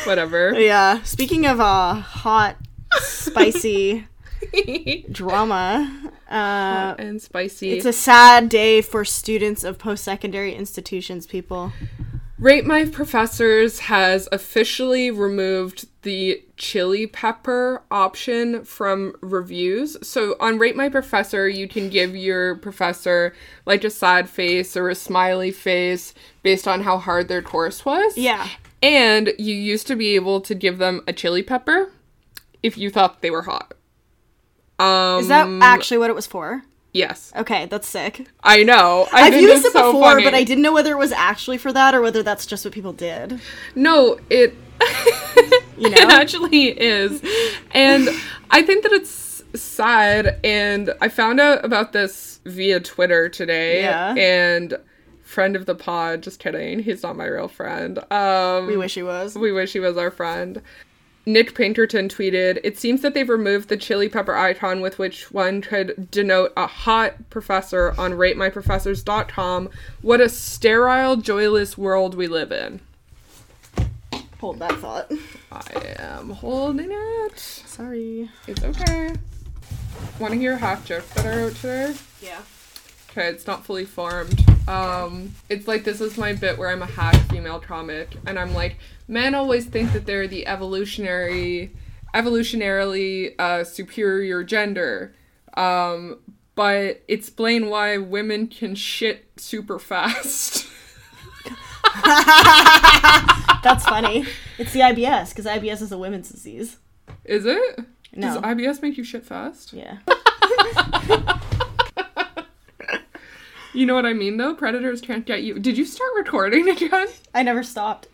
S3: Whatever.
S2: Yeah. Speaking of uh, hot, spicy drama, uh,
S3: and spicy.
S2: it's a sad day for students of post-secondary institutions. People.
S3: Rate My Professors has officially removed the chili pepper option from reviews. So on Rate My Professor, you can give your professor like a sad face or a smiley face based on how hard their course was.
S2: Yeah.
S3: And you used to be able to give them a chili pepper if you thought they were hot. Um,
S2: Is that actually what it was for?
S3: yes?
S2: Okay, that's sick.
S3: I know. I
S2: I've
S3: think
S2: used
S3: it's
S2: it
S3: so
S2: before,
S3: funny.
S2: but I didn't know whether it was actually for that or whether that's just what people did.
S3: No, it
S2: You
S3: it
S2: know?
S3: actually is. And I think that it's sad and I found out about this via Twitter today
S2: Yeah.
S3: and friend of the pod, just kidding, he's not my real friend. Um
S2: We wish he was.
S3: we wish he was our friend. Nick Pinkerton tweeted, It seems that they've removed the chili pepper icon with which one could denote a hot professor on ratemyprofessors.com. What a sterile, joyless world we live in.
S2: Hold that thought.
S3: I am holding it.
S2: Sorry.
S3: It's okay. Want to hear a half joke that I wrote today?
S2: Yeah.
S3: Okay, it's not fully formed. Um, it's like this is my bit where I'm a hack female comic, and I'm like, men always think that they're the evolutionary, evolutionarily uh, superior gender, um, but explain why women can shit super fast.
S2: That's funny. It's the IBS because IBS is a women's disease.
S3: is it?
S2: No.
S3: Does IBS make you shit fast?
S2: yeah.
S3: You know what I mean, though. Predators can't get you. Did you start recording again?
S2: I never stopped.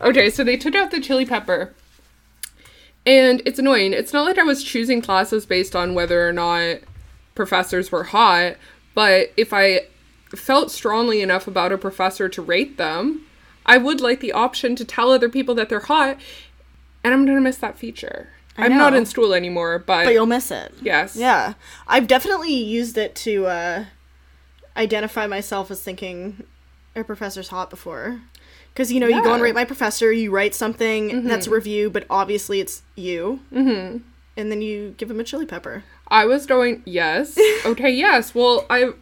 S3: Okay, so they took out the chili pepper. And it's annoying. It's not like I was choosing classes based on whether or not professors were hot, but if I felt strongly enough about a professor to rate them, I would like the option to tell other people that they're hot, and I'm gonna miss that feature.
S2: I
S3: I'm not
S2: know.
S3: in school anymore, but,
S2: But you'll miss it.
S3: yes.
S2: Yeah. I've definitely used it to uh, identify myself as thinking a professor's hot before. Because, you know, you go and
S3: Yeah.
S2: rate my professor, you write something that's a review, but obviously it's you. Mm-hmm. And then you give him a chili pepper.
S3: I was going, yes. Okay, yes. Well, I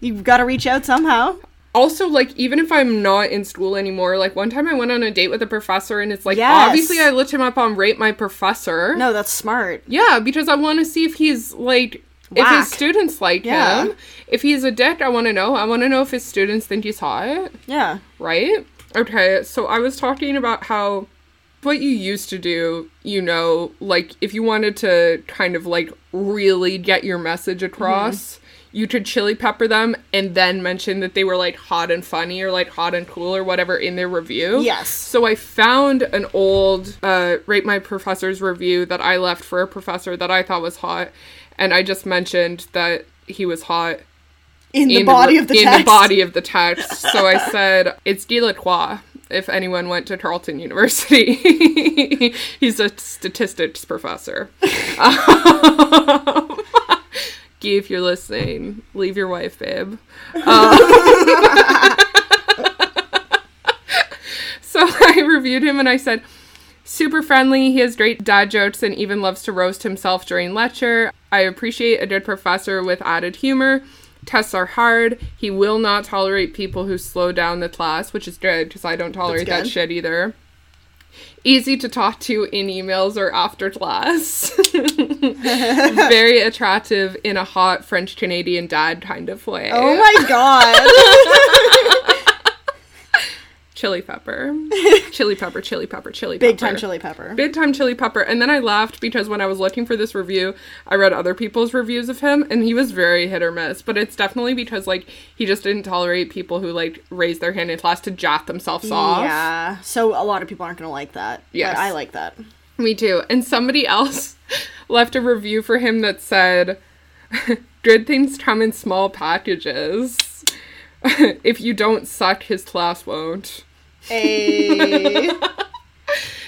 S2: You've got to reach out somehow.
S3: also like even if i'm not in school anymore like one time i went on a date with a professor and it's like
S2: Yes.
S3: obviously i looked him up on rate my professor
S2: No, that's smart.
S3: yeah because i want to see if he's like if
S2: Whack.
S3: his students like
S2: Yeah.
S3: him if he's a dick i want to know i want to know if his students think he's hot
S2: Yeah.
S3: right okay so i was talking about how what you used to do you know like if you wanted to kind of like really get your message across you could chili pepper them and then mention that they were like hot and funny or like hot and cool or whatever in their review
S2: Yes.
S3: so I found an old uh, Rate My Professor's review that I left for a professor that I thought was hot, and I just mentioned that he was hot
S2: In the
S3: in
S2: body
S3: re-
S2: of the
S3: in
S2: text.
S3: the body of the text. So I said it's Delacroix. If anyone went to Tarleton University, he's a statistics professor. um, Gee, if you're listening, leave your wife, babe. So I reviewed him and I said, super friendly. He has great dad jokes and even loves to roast himself during lecture. I appreciate a good professor with added humor. Tests are hard. He will not tolerate people who slow down the class, which is good because I don't tolerate that
S2: good.
S3: shit either. Easy to talk to in emails or after class. Very attractive in a hot French Canadian dad kind of way.
S2: Oh my god.
S3: Chili pepper. chili pepper, chili pepper, chili pepper.
S2: Big time chili pepper.
S3: Big time chili pepper. And then I laughed because when I was looking for this review, I read other people's reviews of him and he was very hit or miss. But it's definitely because like he just didn't tolerate people who like raised their hand in class to jot themselves off.
S2: Yeah. So a lot of people aren't going to like that.
S3: Yes.
S2: But I like that.
S3: Me too. And somebody else left a review for him that said, Good things come in small packages. if you don't suck, his class won't.
S2: Hey. what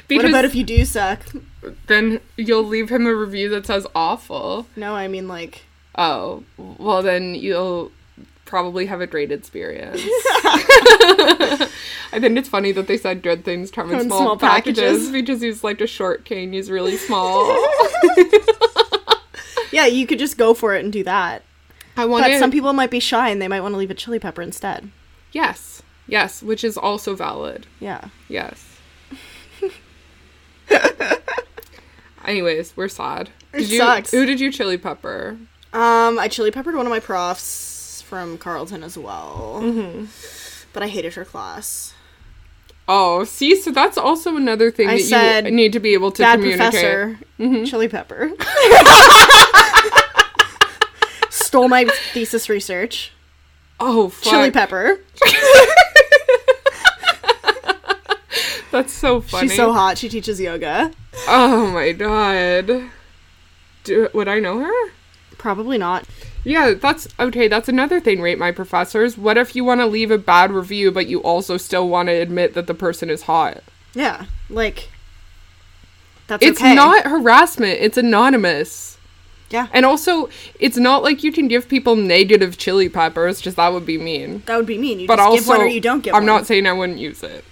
S3: Because
S2: about if you do suck?
S3: then you'll leave him a review that says awful.
S2: No, I mean like
S3: Oh, well, then you'll probably have a great experience. I think it's funny that they said good things come in small, packages, because he's like a short king. He's really small.
S2: Yeah, you could just go for it and do that.
S3: I
S2: But
S3: want
S2: some people might be shy and they might want to leave a chili pepper instead.
S3: Yes, yes, which is also valid.
S2: Yeah.
S3: Yes. Anyways, we're sad. Did you,
S2: sucks.
S3: Who did you chili pepper?
S2: Um, I chili peppered one of my profs from Carleton as well. Mm-hmm. But I hated her class.
S3: Oh, see, so that's also another thing
S2: I
S3: that you
S2: said,
S3: need to be able to
S2: Bad
S3: communicate. Mm-hmm.
S2: Professor, Chili Pepper. Stole my thesis research.
S3: Oh, fuck.
S2: Chili Pepper.
S3: That's so funny.
S2: She's so hot. She teaches yoga.
S3: Oh my god. Do, would I know her?
S2: Probably not.
S3: Yeah, that's okay. That's another thing, rate my professors. What if you want to leave a bad review, but you also still want to admit that the person is hot?
S2: Yeah, like that's
S3: It's
S2: okay.
S3: not harassment, it's anonymous.
S2: Yeah,
S3: And also, it's not like you can give people negative chili peppers, just that would be mean.
S2: that would be mean. You
S3: But
S2: just
S3: also,
S2: give one or you don't give
S3: I'm
S2: one.
S3: not saying I wouldn't use it.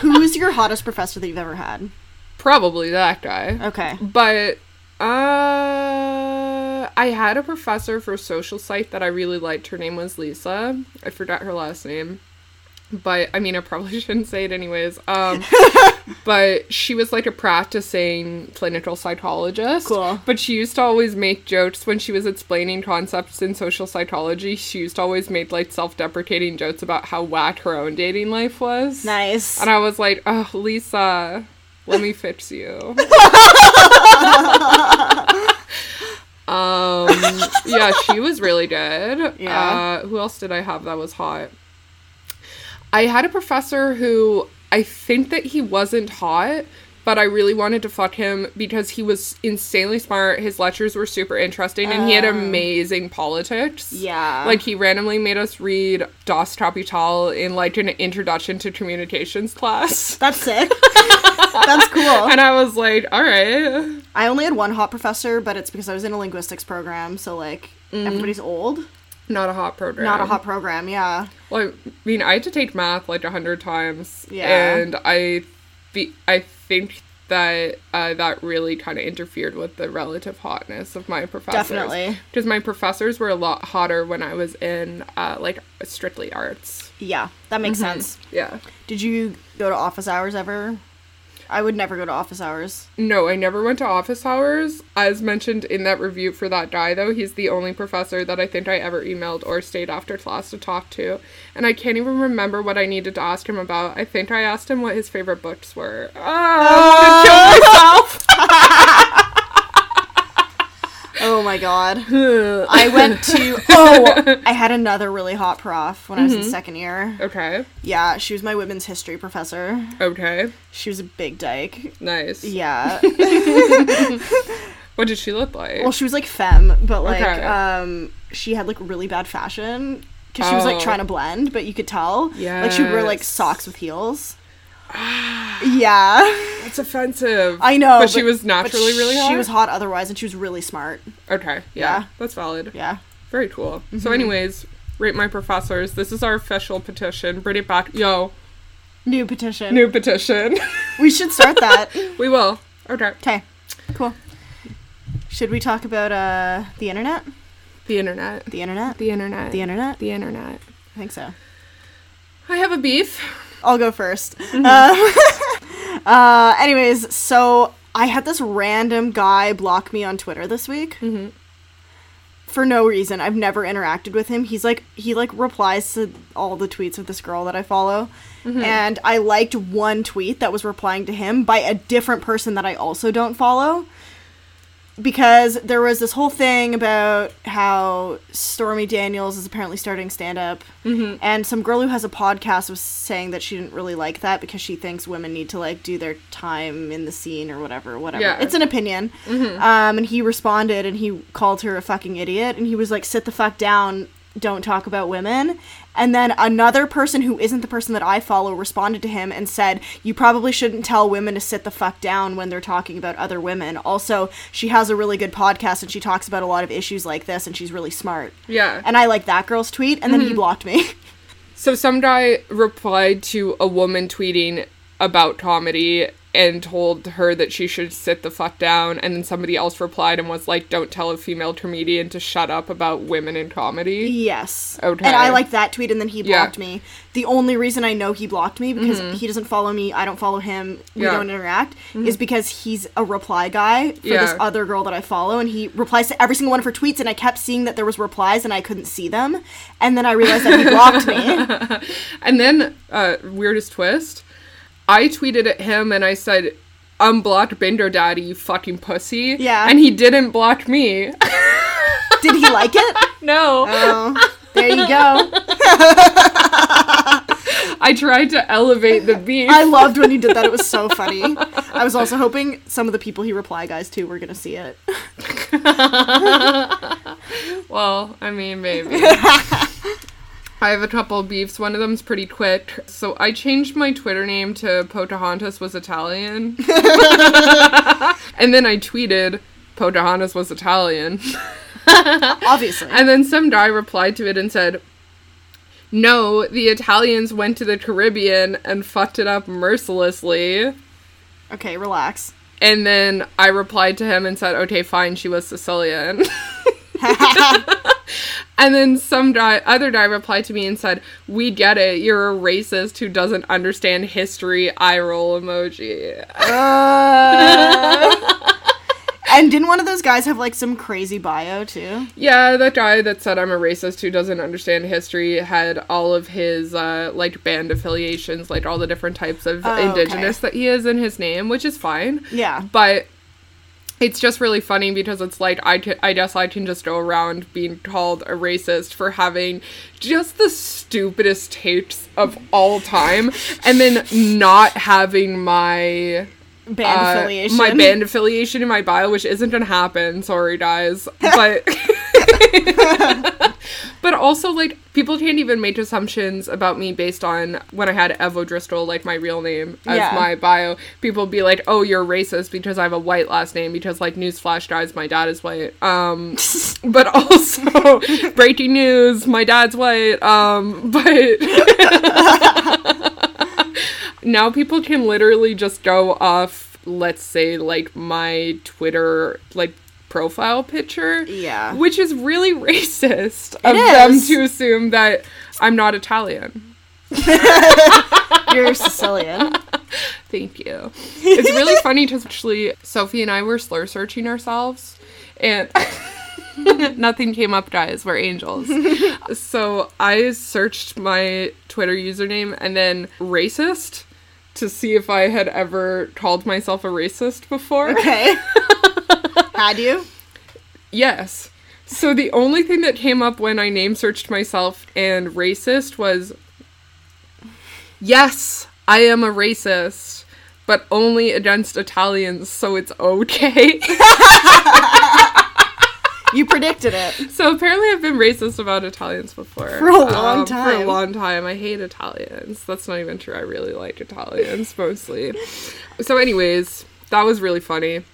S2: Who's your hottest professor that you've ever had?
S3: Probably that guy.
S2: Okay.
S3: But uh I had a professor for social psych that I really liked. Her name was Lisa. I forgot her last name. But I mean I probably shouldn't say it anyways. Um but she was like a practicing clinical psychologist.
S2: Cool.
S3: But she used to always make jokes when she was explaining concepts in social psychology. She used to always make like self-deprecating jokes about how whack her own dating life was.
S2: Nice.
S3: And I was like, oh, Lisa, let me fix you. um, yeah, she was really good.
S2: Yeah.
S3: Uh, who else did I have that was hot? I had a professor who I think that he wasn't hot, but I really wanted to fuck him because he was insanely smart. His lectures were super interesting, and he had amazing politics.
S2: Oh. Yeah.
S3: like he randomly made us read Das Kapital in like an introduction to communications class.
S2: That's sick. that's cool.
S3: And I was like, all right.
S2: I only had one hot professor, but it's because I was in a linguistics program, so like
S3: Mm.
S2: everybody's old.
S3: Not a hot program.
S2: Not a hot program, yeah.
S3: Well, I mean, I had to take math like a hundred times,
S2: Yeah.
S3: and I, be- I think that uh, that really kind of interfered with the relative hotness of my professors.
S2: Definitely.
S3: because my professors were a lot hotter when I was in uh, like strictly arts.
S2: Yeah, that makes
S3: Mm-hmm.
S2: sense.
S3: Yeah.
S2: Did you go to office hours ever? I would never go to office hours.
S3: No, I never went to office hours. As mentioned in that review for that guy, though, he's the only professor that I think I ever emailed or stayed after class to talk to. And I can't even remember what I needed to ask him about. I think I asked him what his favorite books were. Ah,
S2: Oh my god. I went to Oh, I had another really hot prof when I was
S3: Mm-hmm.
S2: in second year.
S3: okay.
S2: Yeah, she was my women's history professor.
S3: Okay.
S2: She was a big dyke.
S3: Nice.
S2: Yeah.
S3: What did she look like?
S2: well, she was like femme, but like
S3: Okay.
S2: um she had like really bad fashion cuz she was like
S3: Oh.
S2: trying to blend, but you could tell. Like she would wear like
S3: Yes.
S2: socks with heels. yeah.
S3: That's offensive.
S2: I know.
S3: But, she was
S2: but
S3: naturally really hot.
S2: She was hot otherwise and she was really smart.
S3: Okay. Yeah.
S2: Yeah.
S3: That's valid.
S2: Yeah. Mm-hmm.
S3: Very cool. So, anyways, rate my professors. This is our official petition. Bring it back. Yo,
S2: New petition.
S3: new petition.
S2: We should start that.
S3: We will. Okay.
S2: Okay, cool. Should we talk about uh, the internet?
S3: The internet.
S2: The internet?
S3: The internet.
S2: The internet?
S3: The internet.
S2: I think so.
S3: I have a beef.
S2: I'll go 1st Uh, uh, anyways, so I had this random guy block me on Twitter this week.
S3: Mm-hmm.
S2: For no reason. I've never interacted with him. He's like he like replies to all the tweets of this girl that I follow. And I liked one tweet that was replying to him by a different person that I also don't follow. Because there was this whole thing about how Stormy Daniels is apparently starting stand up. And some girl who has a podcast was saying that she didn't really like that because she thinks women need to like do their time in the scene or whatever, whatever.
S3: Yeah.
S2: It's an opinion. Um, and he responded and he called her a fucking idiot and he was like, sit the fuck down, don't talk about women. And then another person who isn't the person that I follow responded to him and said, You probably shouldn't tell women to sit the fuck down when they're talking about other women. Also, she has a really good podcast and she talks about a lot of issues like this and she's really smart.
S3: Yeah.
S2: And I like that girl's tweet, and then he blocked me.
S3: so some guy replied to a woman tweeting about comedy and told her that she should sit the fuck down. And then somebody else replied and was like, don't tell a female comedian to shut up about women in comedy.
S2: Yes.
S3: Okay.
S2: And I like that tweet, and then he
S3: Yeah. Mm-hmm.
S2: blocked me. The only reason I know he blocked me because he doesn't follow me, I don't follow him, we
S3: Yeah. Mm-hmm.
S2: don't interact, is because he's a reply guy for this
S3: Yeah.
S2: other girl that I follow, and he replies to every single one of her tweets, and I kept seeing that there was replies, and I couldn't see them, and then I realized that he blocked me.
S3: And then, uh, weirdest twist, I tweeted at him and I said, unblock Binder Daddy, you fucking pussy.
S2: Yeah.
S3: And he didn't block me.
S2: Did he like it?
S3: no.
S2: Oh, there you go.
S3: I tried to elevate the beef.
S2: I loved when he did that. It was so funny. I was also hoping some of the people he reply guys to were gonna see it.
S3: Well, I mean, maybe. I have a couple beefs. One of them's pretty quick. So I changed my Twitter name to Pocahontas was Italian. and then I tweeted, Pocahontas was Italian.
S2: Obviously.
S3: And then some guy replied to it and said, No, the Italians went to the Caribbean and fucked it up mercilessly.
S2: Okay, relax.
S3: And then I replied to him and said, Okay, fine, she was Sicilian. And then some guy, other guy replied to me and said, "We get it. You're a racist who doesn't understand history." Eye roll emoji. Uh.
S2: And didn't one of those guys have like some crazy bio too?
S3: Yeah, that guy that said I'm a racist who doesn't understand history had all of his uh, like band affiliations, like all the different types of
S2: Oh, okay.
S3: indigenous that he is in his name, which is fine.
S2: Yeah.
S3: but it's just really funny because it's like I, ca- I guess I can just go around being called a racist for having just the stupidest takes of all time and then not having my
S2: Band
S3: uh,
S2: affiliation.
S3: my band affiliation in my bio which isn't gonna happen sorry guys but but also like people can't even make assumptions about me based on when I had Evo Driscoll like my real name as
S2: Yeah.
S3: my bio. People be like, "Oh, you're racist because I have a white last name." Because like newsflash, guys, my dad is white. Um, but also breaking news, my dad's white. Um, but now people can literally just go off. Let's say like my Twitter like profile picture
S2: Yeah.
S3: which is really racist of
S2: It
S3: them
S2: is.
S3: to assume that I'm not Italian.
S2: You're Sicilian.
S3: Thank you. It's really funny because actually Sophie and I were slur searching ourselves and nothing came up, guys. We're angels. so I searched my Twitter username and then racist to see if I had ever called myself a racist before.
S2: Okay. Had you?
S3: Yes. So the only thing that came up when I name searched myself and racist was yes, I am a racist, but only against Italians, so it's okay.
S2: You predicted it.
S3: so apparently I've been racist about Italians before. Um,
S2: For a long
S3: For a
S2: time.
S3: long time. I hate Italians. That's not even true. I really like Italians mostly. So anyways, that was really funny.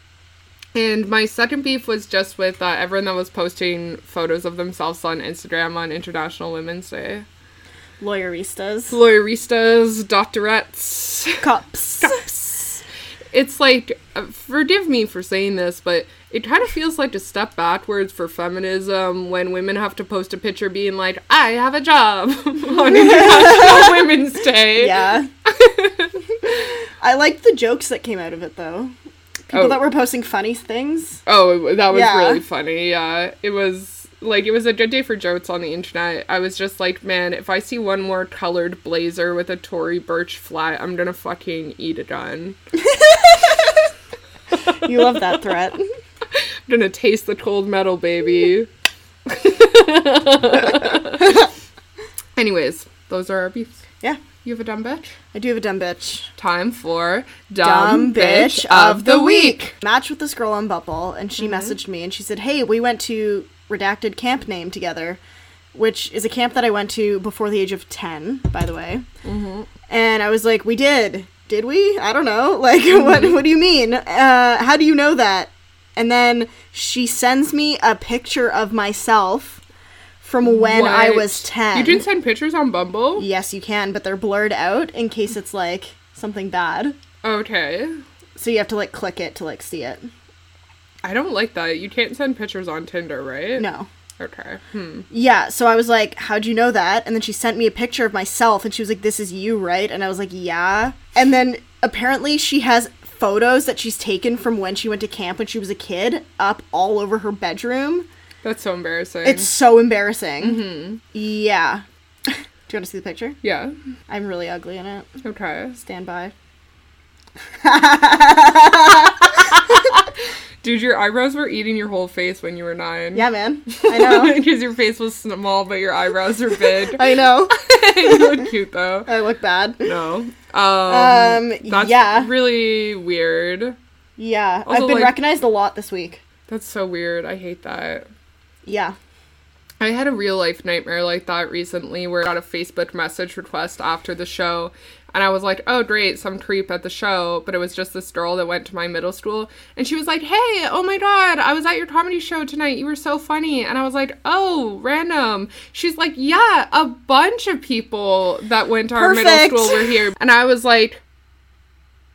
S3: And my second beef was just with uh, everyone that was posting photos of themselves on Instagram on International Women's Day.
S2: Lawyeristas.
S3: Lawyeristas, doctorettes.
S2: Cups.
S3: It's like, uh, forgive me for saying this, but it kind of feels like a step backwards for feminism when women have to post a picture being like, I have a job on International Women's Day.
S2: Yeah. I liked the jokes that came out of it though. People
S3: Oh.
S2: that were posting funny things.
S3: Oh, it- that was
S2: Yeah.
S3: really funny. Yeah, it was like it was a good day for jokes on the internet. I was just like, man, if I see one more colored blazer with a Tory Birch flat, I'm gonna fucking eat a gun.
S2: You love that threat.
S3: I'm gonna taste the cold metal, baby. Anyways, those are our beefs.
S2: Yeah.
S3: You have a dumb bitch.
S2: I do have a dumb bitch.
S3: Time for dumb, bitch, of the week. Mm-hmm.
S2: Matched with this girl on Bumble, and she messaged me and she said, "Hey, we went to redacted camp name together, which is a camp that I went to before the age of ten, by the way."
S3: Mm-hmm.
S2: And I was like, "We did, did we? I don't know. Like, what?
S3: Mm-hmm.
S2: What do you mean? Uh, how do you know that?" And then she sends me a picture of myself from when I
S3: What?
S2: was ten.
S3: You can send pictures on Bumble.
S2: yes, you can, but they're blurred out in case it's like something bad.
S3: Okay.
S2: So you have to like click it to like see it.
S3: I don't like that. You can't send pictures on Tinder, right?
S2: No.
S3: Okay. Hmm.
S2: Yeah, so I was like, How'd you know that? And then she sent me a picture of myself and she was like, This is you, right? And I was like, Yeah. And then apparently she has photos that she's taken from when she went to camp when she was a kid up all over her bedroom.
S3: That's so embarrassing.
S2: It's so embarrassing.
S3: Mm-hmm.
S2: Yeah. Do you want to see the picture?
S3: yeah.
S2: I'm really ugly in it.
S3: Okay.
S2: Stand by.
S3: Dude, your eyebrows were eating your whole face when you were nine.
S2: Yeah, man. I know.
S3: Because your face was small, but your eyebrows are big.
S2: I know.
S3: you look cute though.
S2: I look bad.
S3: No. Um,
S2: Um,
S3: that's
S2: yeah.
S3: really weird.
S2: Yeah.
S3: Also,
S2: I've been
S3: like-
S2: recognized a lot this week.
S3: That's so weird. I hate that.
S2: Yeah.
S3: I had a real life nightmare like that recently where I got a Facebook message request after the show. And I was like, oh, great, some creep at the show. But it was just this girl that went to my middle school. And she was like, hey, oh my God, I was at your comedy show tonight. You were so funny. And I was like, oh, random. She's like, yeah, a bunch of people that went to our
S2: Perfect.
S3: middle school were here. And I was like,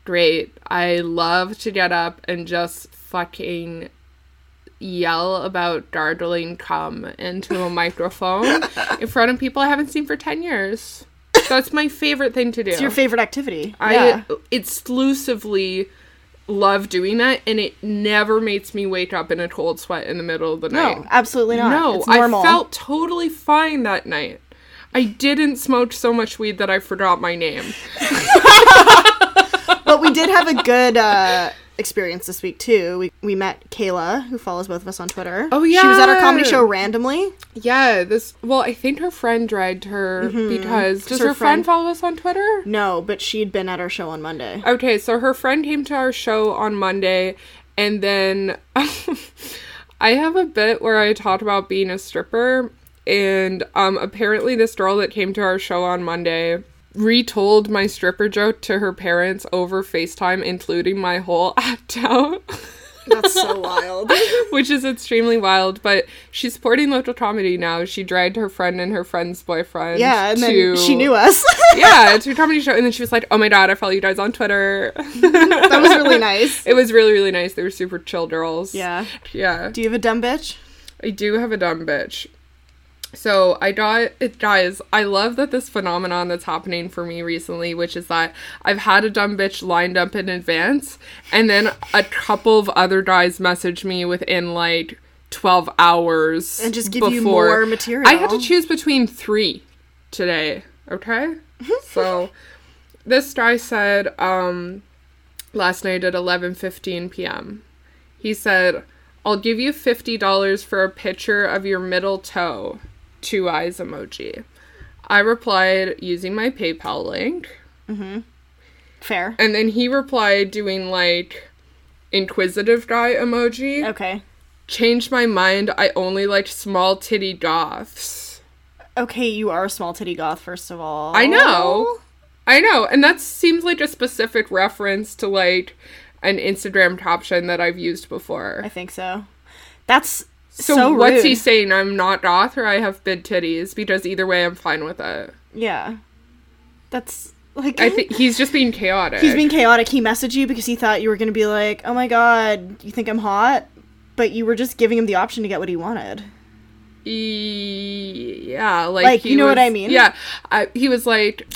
S3: great. I love to get up and just fucking yell about gargling cum into a microphone in front of people I haven't seen for 10 years. That's my favorite thing to do.
S2: It's your favorite activity.
S3: I
S2: yeah.
S3: exclusively love doing that, and it never makes me wake up in a cold sweat in the middle of the
S2: No,
S3: night.
S2: absolutely not.
S3: No,
S2: it's
S3: I
S2: normal.
S3: felt totally fine that night. I didn't smoke so much weed that I forgot my name.
S2: but we did have a good uh, experience this week too. We we met Kayla, who follows both of us on Twitter.
S3: Oh,
S2: she was at our comedy
S3: yeah.
S2: show randomly.
S3: Yeah, this. Well, I think her friend dragged her because does
S2: her
S3: Mm-hmm. her,
S2: friend-
S3: friend follow us on Twitter?
S2: No, but she'd been at our show on Monday.
S3: Okay, so her friend came to our show on Monday, and then I have a bit where I talk about being a stripper, and um, apparently this girl that came to our show on Monday retold my stripper joke to her parents over FaceTime, including my whole act out.
S2: That's so wild.
S3: Which is extremely wild, but she's supporting local comedy now. She dragged her friend and her friend's boyfriend.
S2: Yeah, and then
S3: to-
S2: she knew us.
S3: yeah, to a comedy show, and then she was like, "Oh my god, I follow you guys on Twitter."
S2: that was really nice.
S3: It was really, really nice. They were super chill girls.
S2: Yeah.
S3: Yeah.
S2: Do you have a dumb bitch?
S3: I do have a dumb bitch. So I got it, guys. I love that this phenomenon that's happening for me recently, which is that I've had a dumb bitch lined up in advance, and then a couple of other guys message me within like 12 hours
S2: And just give you more material.
S3: I had to choose between three today. Okay, so this guy said, um, last night at 11:15 p.m. He said, "I'll give you $50 for a picture of your middle toe." Two eyes emoji. I replied using my PayPal link,
S2: Fair.
S3: and then he replied doing like inquisitive guy emoji.
S2: Okay.
S3: Changed my mind. I only like small titty goths.
S2: Okay, you are a small titty goth, first of all.
S3: I
S2: Oh.
S3: know. I know. And that seems like a specific reference to like an Instagram caption that I've used before.
S2: I think so. That's
S3: So,
S2: so,
S3: what's he
S2: rude.
S3: saying? I'm not goth or I have big titties because either way I'm fine with it.
S2: Yeah. That's like
S3: I think he's just being chaotic.
S2: He's being chaotic. He messaged you because he thought you were going to be like, oh my god, you think I'm hot? But you were just giving him the option to get what he wanted.
S3: E- yeah, like,
S2: Like,
S3: he
S2: you know what
S3: was-
S2: I mean?
S3: Yeah, I, he was like,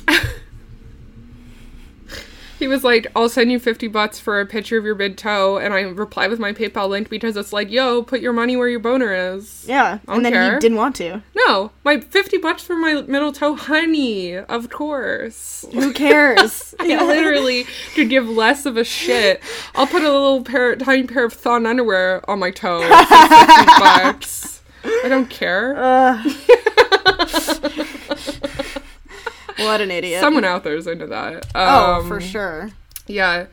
S3: he was like, I'll send you fifty bucks for a picture of your big toe, and I reply with my PayPal link because it's like, yo, put your money where your boner is.
S2: Yeah. And then
S3: Okay.
S2: he didn't want to.
S3: No, my fifty bucks for my middle toe, honey. Of course.
S2: Who cares?
S3: I literally could give less of a shit. I'll put a little pair, tiny pair of thon underwear on my toe for 50 bucks. I don't care.
S2: Ugh. what an idiot.
S3: Someone out there's into that. Um,
S2: oh, for sure.
S3: Yeah.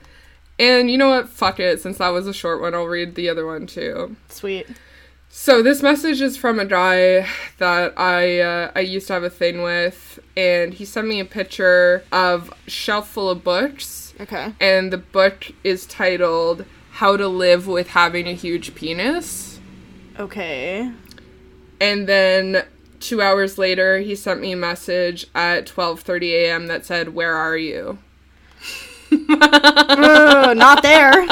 S3: And you know what? Fuck it. Since that was a short one, I'll read the other one too.
S2: Sweet.
S3: So this message is from a guy that I uh, I used to have a thing with, and he sent me a picture of shelf full of books.
S2: Okay.
S3: and the book is titled How to Live with Having a Huge Penis.
S2: Okay.
S3: And then 2 hours later, he sent me a message at 12:30 a.m. that said, "Where are you?"
S2: Ugh, Oh, not there.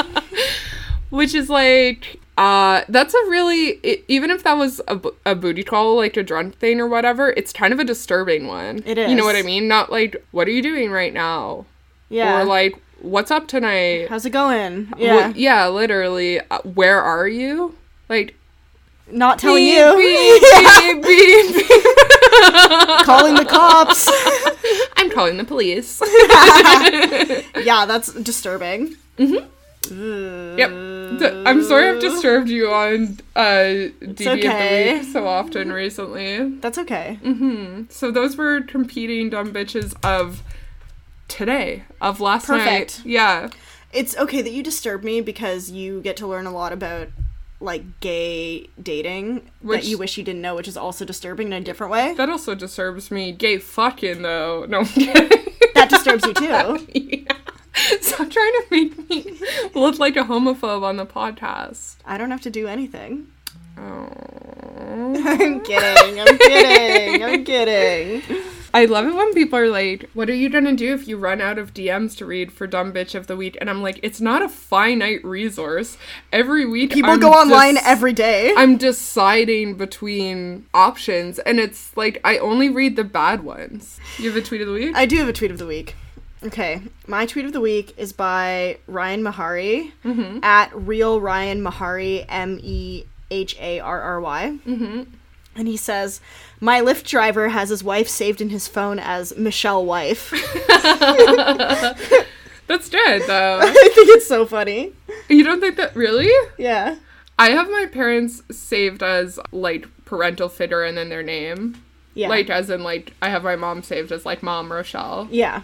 S3: which is like uh that's a really i even if that was a, bo- a booty call like a drunk thing or whatever it's kind of a disturbing one
S2: It
S3: you know what i
S2: is.
S3: mean not like what are you doing right now
S2: Yeah.
S3: or like what's up tonight
S2: How's it going?
S3: Wh-
S2: Yeah.
S3: yeah literally uh, where are you like
S2: Not telling
S3: beep,
S2: you.
S3: beep, beep, beep, beep.
S2: Calling the cops.
S3: i'm calling the police
S2: yeah, that's disturbing.
S3: Mm-hmm.
S2: Uh,
S3: Yep. D- I'm sorry I've disturbed you on uh, DD
S2: okay.
S3: of the Week so often recently.
S2: That's okay.
S3: Mm. So those were competing dumb bitches of today, of last
S2: Perfect.
S3: night. Yeah.
S2: It's okay that you disturb me because you get to learn a lot about like gay dating
S3: Which-
S2: that you wish you didn't know, which is also disturbing in a different way.
S3: That also disturbs me. Gay fucking, though. No, I'm kidding.
S2: That disturbs you too.
S3: yeah. Stop trying to make me look like a homophobe on the podcast.
S2: I don't have to do anything.
S3: Oh.
S2: I'm kidding. I'm kidding. I'm kidding.
S3: I love it when people are like, What are you gonna do if you run out of DMs to read for Dumb Bitch of the Week? And I'm like, It's not a finite resource. Every week,
S2: People
S3: I'm
S2: go online
S3: des-
S2: every day.
S3: I'm deciding between options, and it's like I only read the bad ones. You have a tweet of the week?
S2: I do have a tweet of the week. Okay, my tweet of the week is by Ryan Mahari at real Ryan Mahari M E H A R R Y. And he says, "My Lyft driver has his wife saved in his phone as Michelle Wife."
S3: That's good, though.
S2: I think it's so funny.
S3: you don't think that really?
S2: Yeah.
S3: I have my parents saved as like parental figure and then their name.
S2: Yeah.
S3: Like, as in, like, I have my mom saved as like Mom Rochelle.
S2: yeah.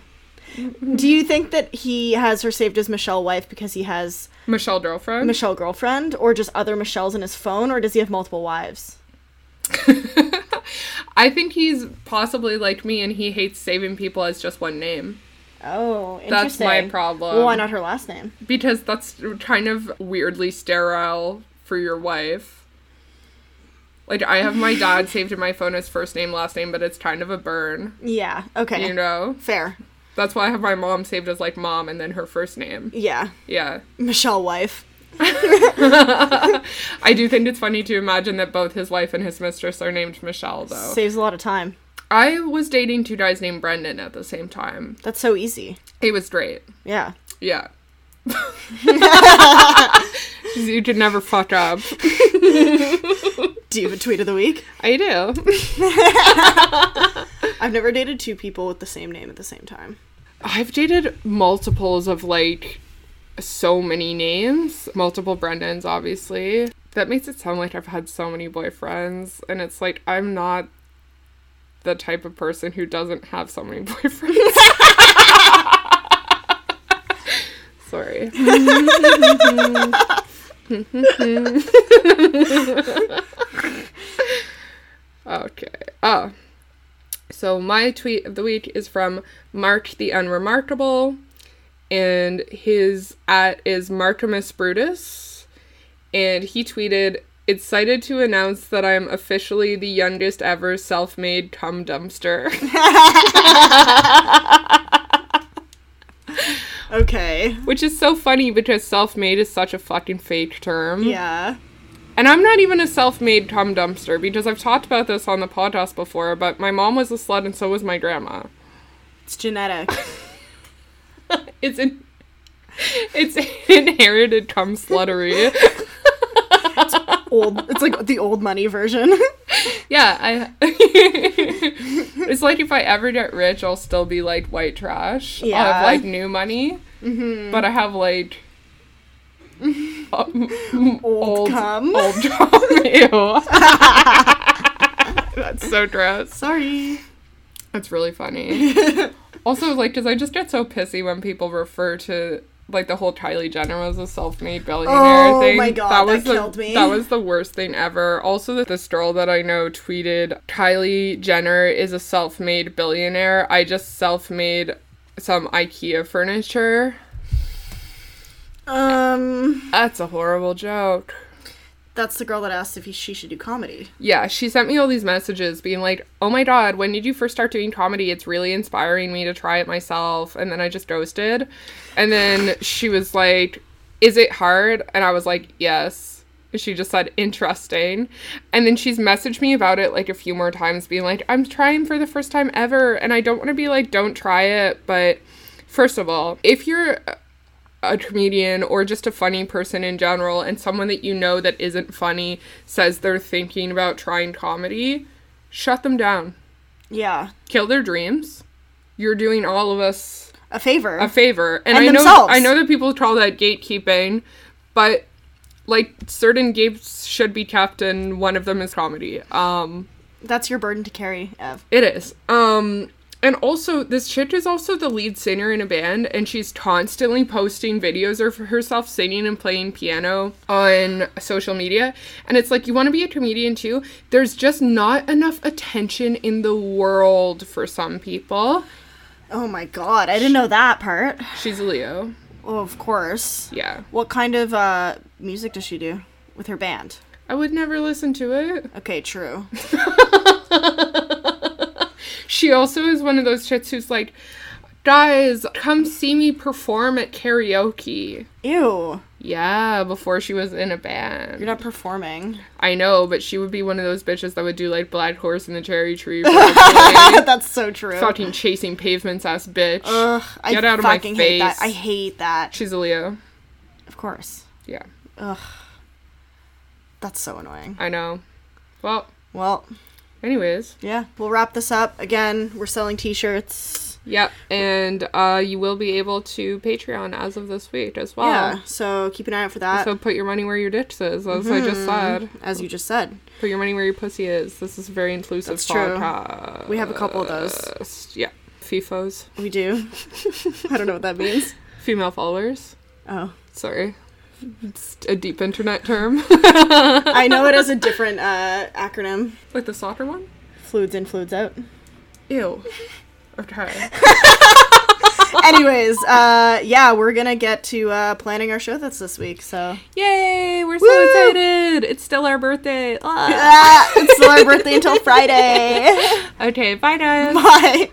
S2: Do you think that he has her saved as Michelle Wife because he has
S3: Michelle Girlfriend.
S2: Michelle girlfriend or just other Michelles in his phone or does he have multiple wives?
S3: I think he's possibly like me and he hates saving people as just one name
S2: Oh, interesting.
S3: That's my problem.
S2: Well, why not her last name?
S3: because that's kind of weirdly sterile for your wife. Like I have my dad saved in my phone as first name last name but it's kind of a burn,
S2: Yeah. Okay.
S3: you know.
S2: Fair.
S3: That's why I have my mom saved as like mom and then her first name.
S2: Yeah.
S3: Yeah.
S2: Michelle wife.
S3: I do think it's funny to imagine that both his wife and his mistress are named Michelle though.
S2: Saves a lot of time.
S3: I was dating two guys named Brendan at the same time.
S2: That's so easy.
S3: It was great.
S2: Yeah.
S3: Yeah. you could never fuck up.
S2: Do you have a tweet of the week?
S3: I do.
S2: I've never dated two people with the same name at the same time.
S3: I've dated multiples of like so many names, multiple Brendans, obviously. That makes it sound like I've had so many boyfriends, and it's like I'm not the type of person who doesn't have so many boyfriends. Sorry. okay. Oh. So my tweet of the week is from Mark the Unremarkable, and his at is Markimus Brutus, and he tweeted, "Excited to announce that I'm officially the youngest ever self-made cum dumpster."
S2: Okay.
S3: Which is so funny because self-made is such a fucking fake term.
S2: Yeah.
S3: And I'm not even a self-made cum dumpster because I've talked about this on the podcast before, but my mom was a slut and so was my grandma.
S2: It's genetic.
S3: It's in it's inherited cum sluttery.
S2: old. It's like the old money version.
S3: yeah, I It's like if I ever get rich, I'll still be like white trash. I'll
S2: Yeah. Mm-hmm.
S3: have like new money. But I have like um, m-
S2: Old cum.
S3: Old cum. Ew. That's so gross.
S2: Sorry.
S3: That's really funny. also, like, because I just get so pissy when people refer to like the whole Kylie Jenner was a self-made billionaire
S2: Oh
S3: thing.
S2: my God, that
S3: was the,
S2: killed me.
S3: That was the worst thing ever. Also, that this girl that I know tweeted, "Kylie Jenner is a self-made billionaire. I just self-made some IKEA furniture."
S2: Um.
S3: That's a horrible joke.
S2: That's the girl that asked if he, she should do comedy.
S3: Yeah, she sent me all these messages being like, "Oh my god, when did you first start doing comedy? It's really inspiring me to try it myself." And then I just ghosted. And then she was like, "Is it hard?" And I was like, "Yes." And She just said, "Interesting." And then she's messaged me about it like a few more times being like, "I'm trying for the first time ever." And I don't want to be like, "Don't try it," but first of all, if you're a comedian or just a funny person in general and someone that you know that isn't funny says they're thinking about trying comedy, shut them down.
S2: Yeah.
S3: Kill their dreams. You're doing all of us
S2: A favor.
S3: a favor. And,
S2: And
S3: I know
S2: themselves.
S3: I know that people call that gatekeeping, but like certain gates should be kept and one of them is comedy. Um
S2: That's your burden to carry, Ev.
S3: it is. Um and also this chick is also the lead singer in a band and she's constantly posting videos of herself singing and playing piano on social media and it's like you want to be a comedian too there's just not enough attention in the world for some people
S2: Oh my god, I didn't know that part.
S3: she's a leo
S2: Well, of course.
S3: yeah
S2: What kind of uh, music does she do with her band?
S3: i would never listen to it
S2: Okay, true.
S3: She also is one of those chicks who's like, guys, come see me perform at karaoke.
S2: Ew,
S3: Yeah, before she was in a band.
S2: you're not performing.
S3: I know, but she would be one of those bitches that would do like Black Horse and the Cherry Tree. probably.
S2: That's so true.
S3: Fucking chasing pavements ass bitch.
S2: Ugh, I
S3: Get out of my
S2: fucking hate that. I
S3: face.
S2: hate that.
S3: She's a Leo.
S2: Of course.
S3: Yeah,
S2: That's so annoying.
S3: I know. Well,
S2: Well,
S3: anyways.
S2: yeah, we'll wrap this up. Again, we're selling t-shirts.
S3: Yep. And uh, you will be able to Patreon as of this week as well.
S2: Yeah, so keep an eye out for that. Mm-hmm. Hmm.
S3: So put your money where your ditch is, as I just said.
S2: as you just said,
S3: Put your money where your pussy is. This is a very inclusive
S2: That's true.
S3: podcast.
S2: we have a couple
S3: Uh.
S2: of those.
S3: Yeah. FIFOs.
S2: We do. I don't know what that means.
S3: Female followers.
S2: Oh,
S3: Sorry. It's a deep internet term.
S2: I know it as a different uh, acronym.
S3: like the soccer one?
S2: Fluids in, fluids out.
S3: Ew. Okay.
S2: Anyways, uh, yeah, we're gonna get to uh, planning our show that's this week. So
S3: Yay! We're so
S2: Woo!
S3: excited! It's still our birthday. Ah.
S2: uh, ah, it's still our birthday until Friday.
S3: Okay, bye guys.
S2: Bye.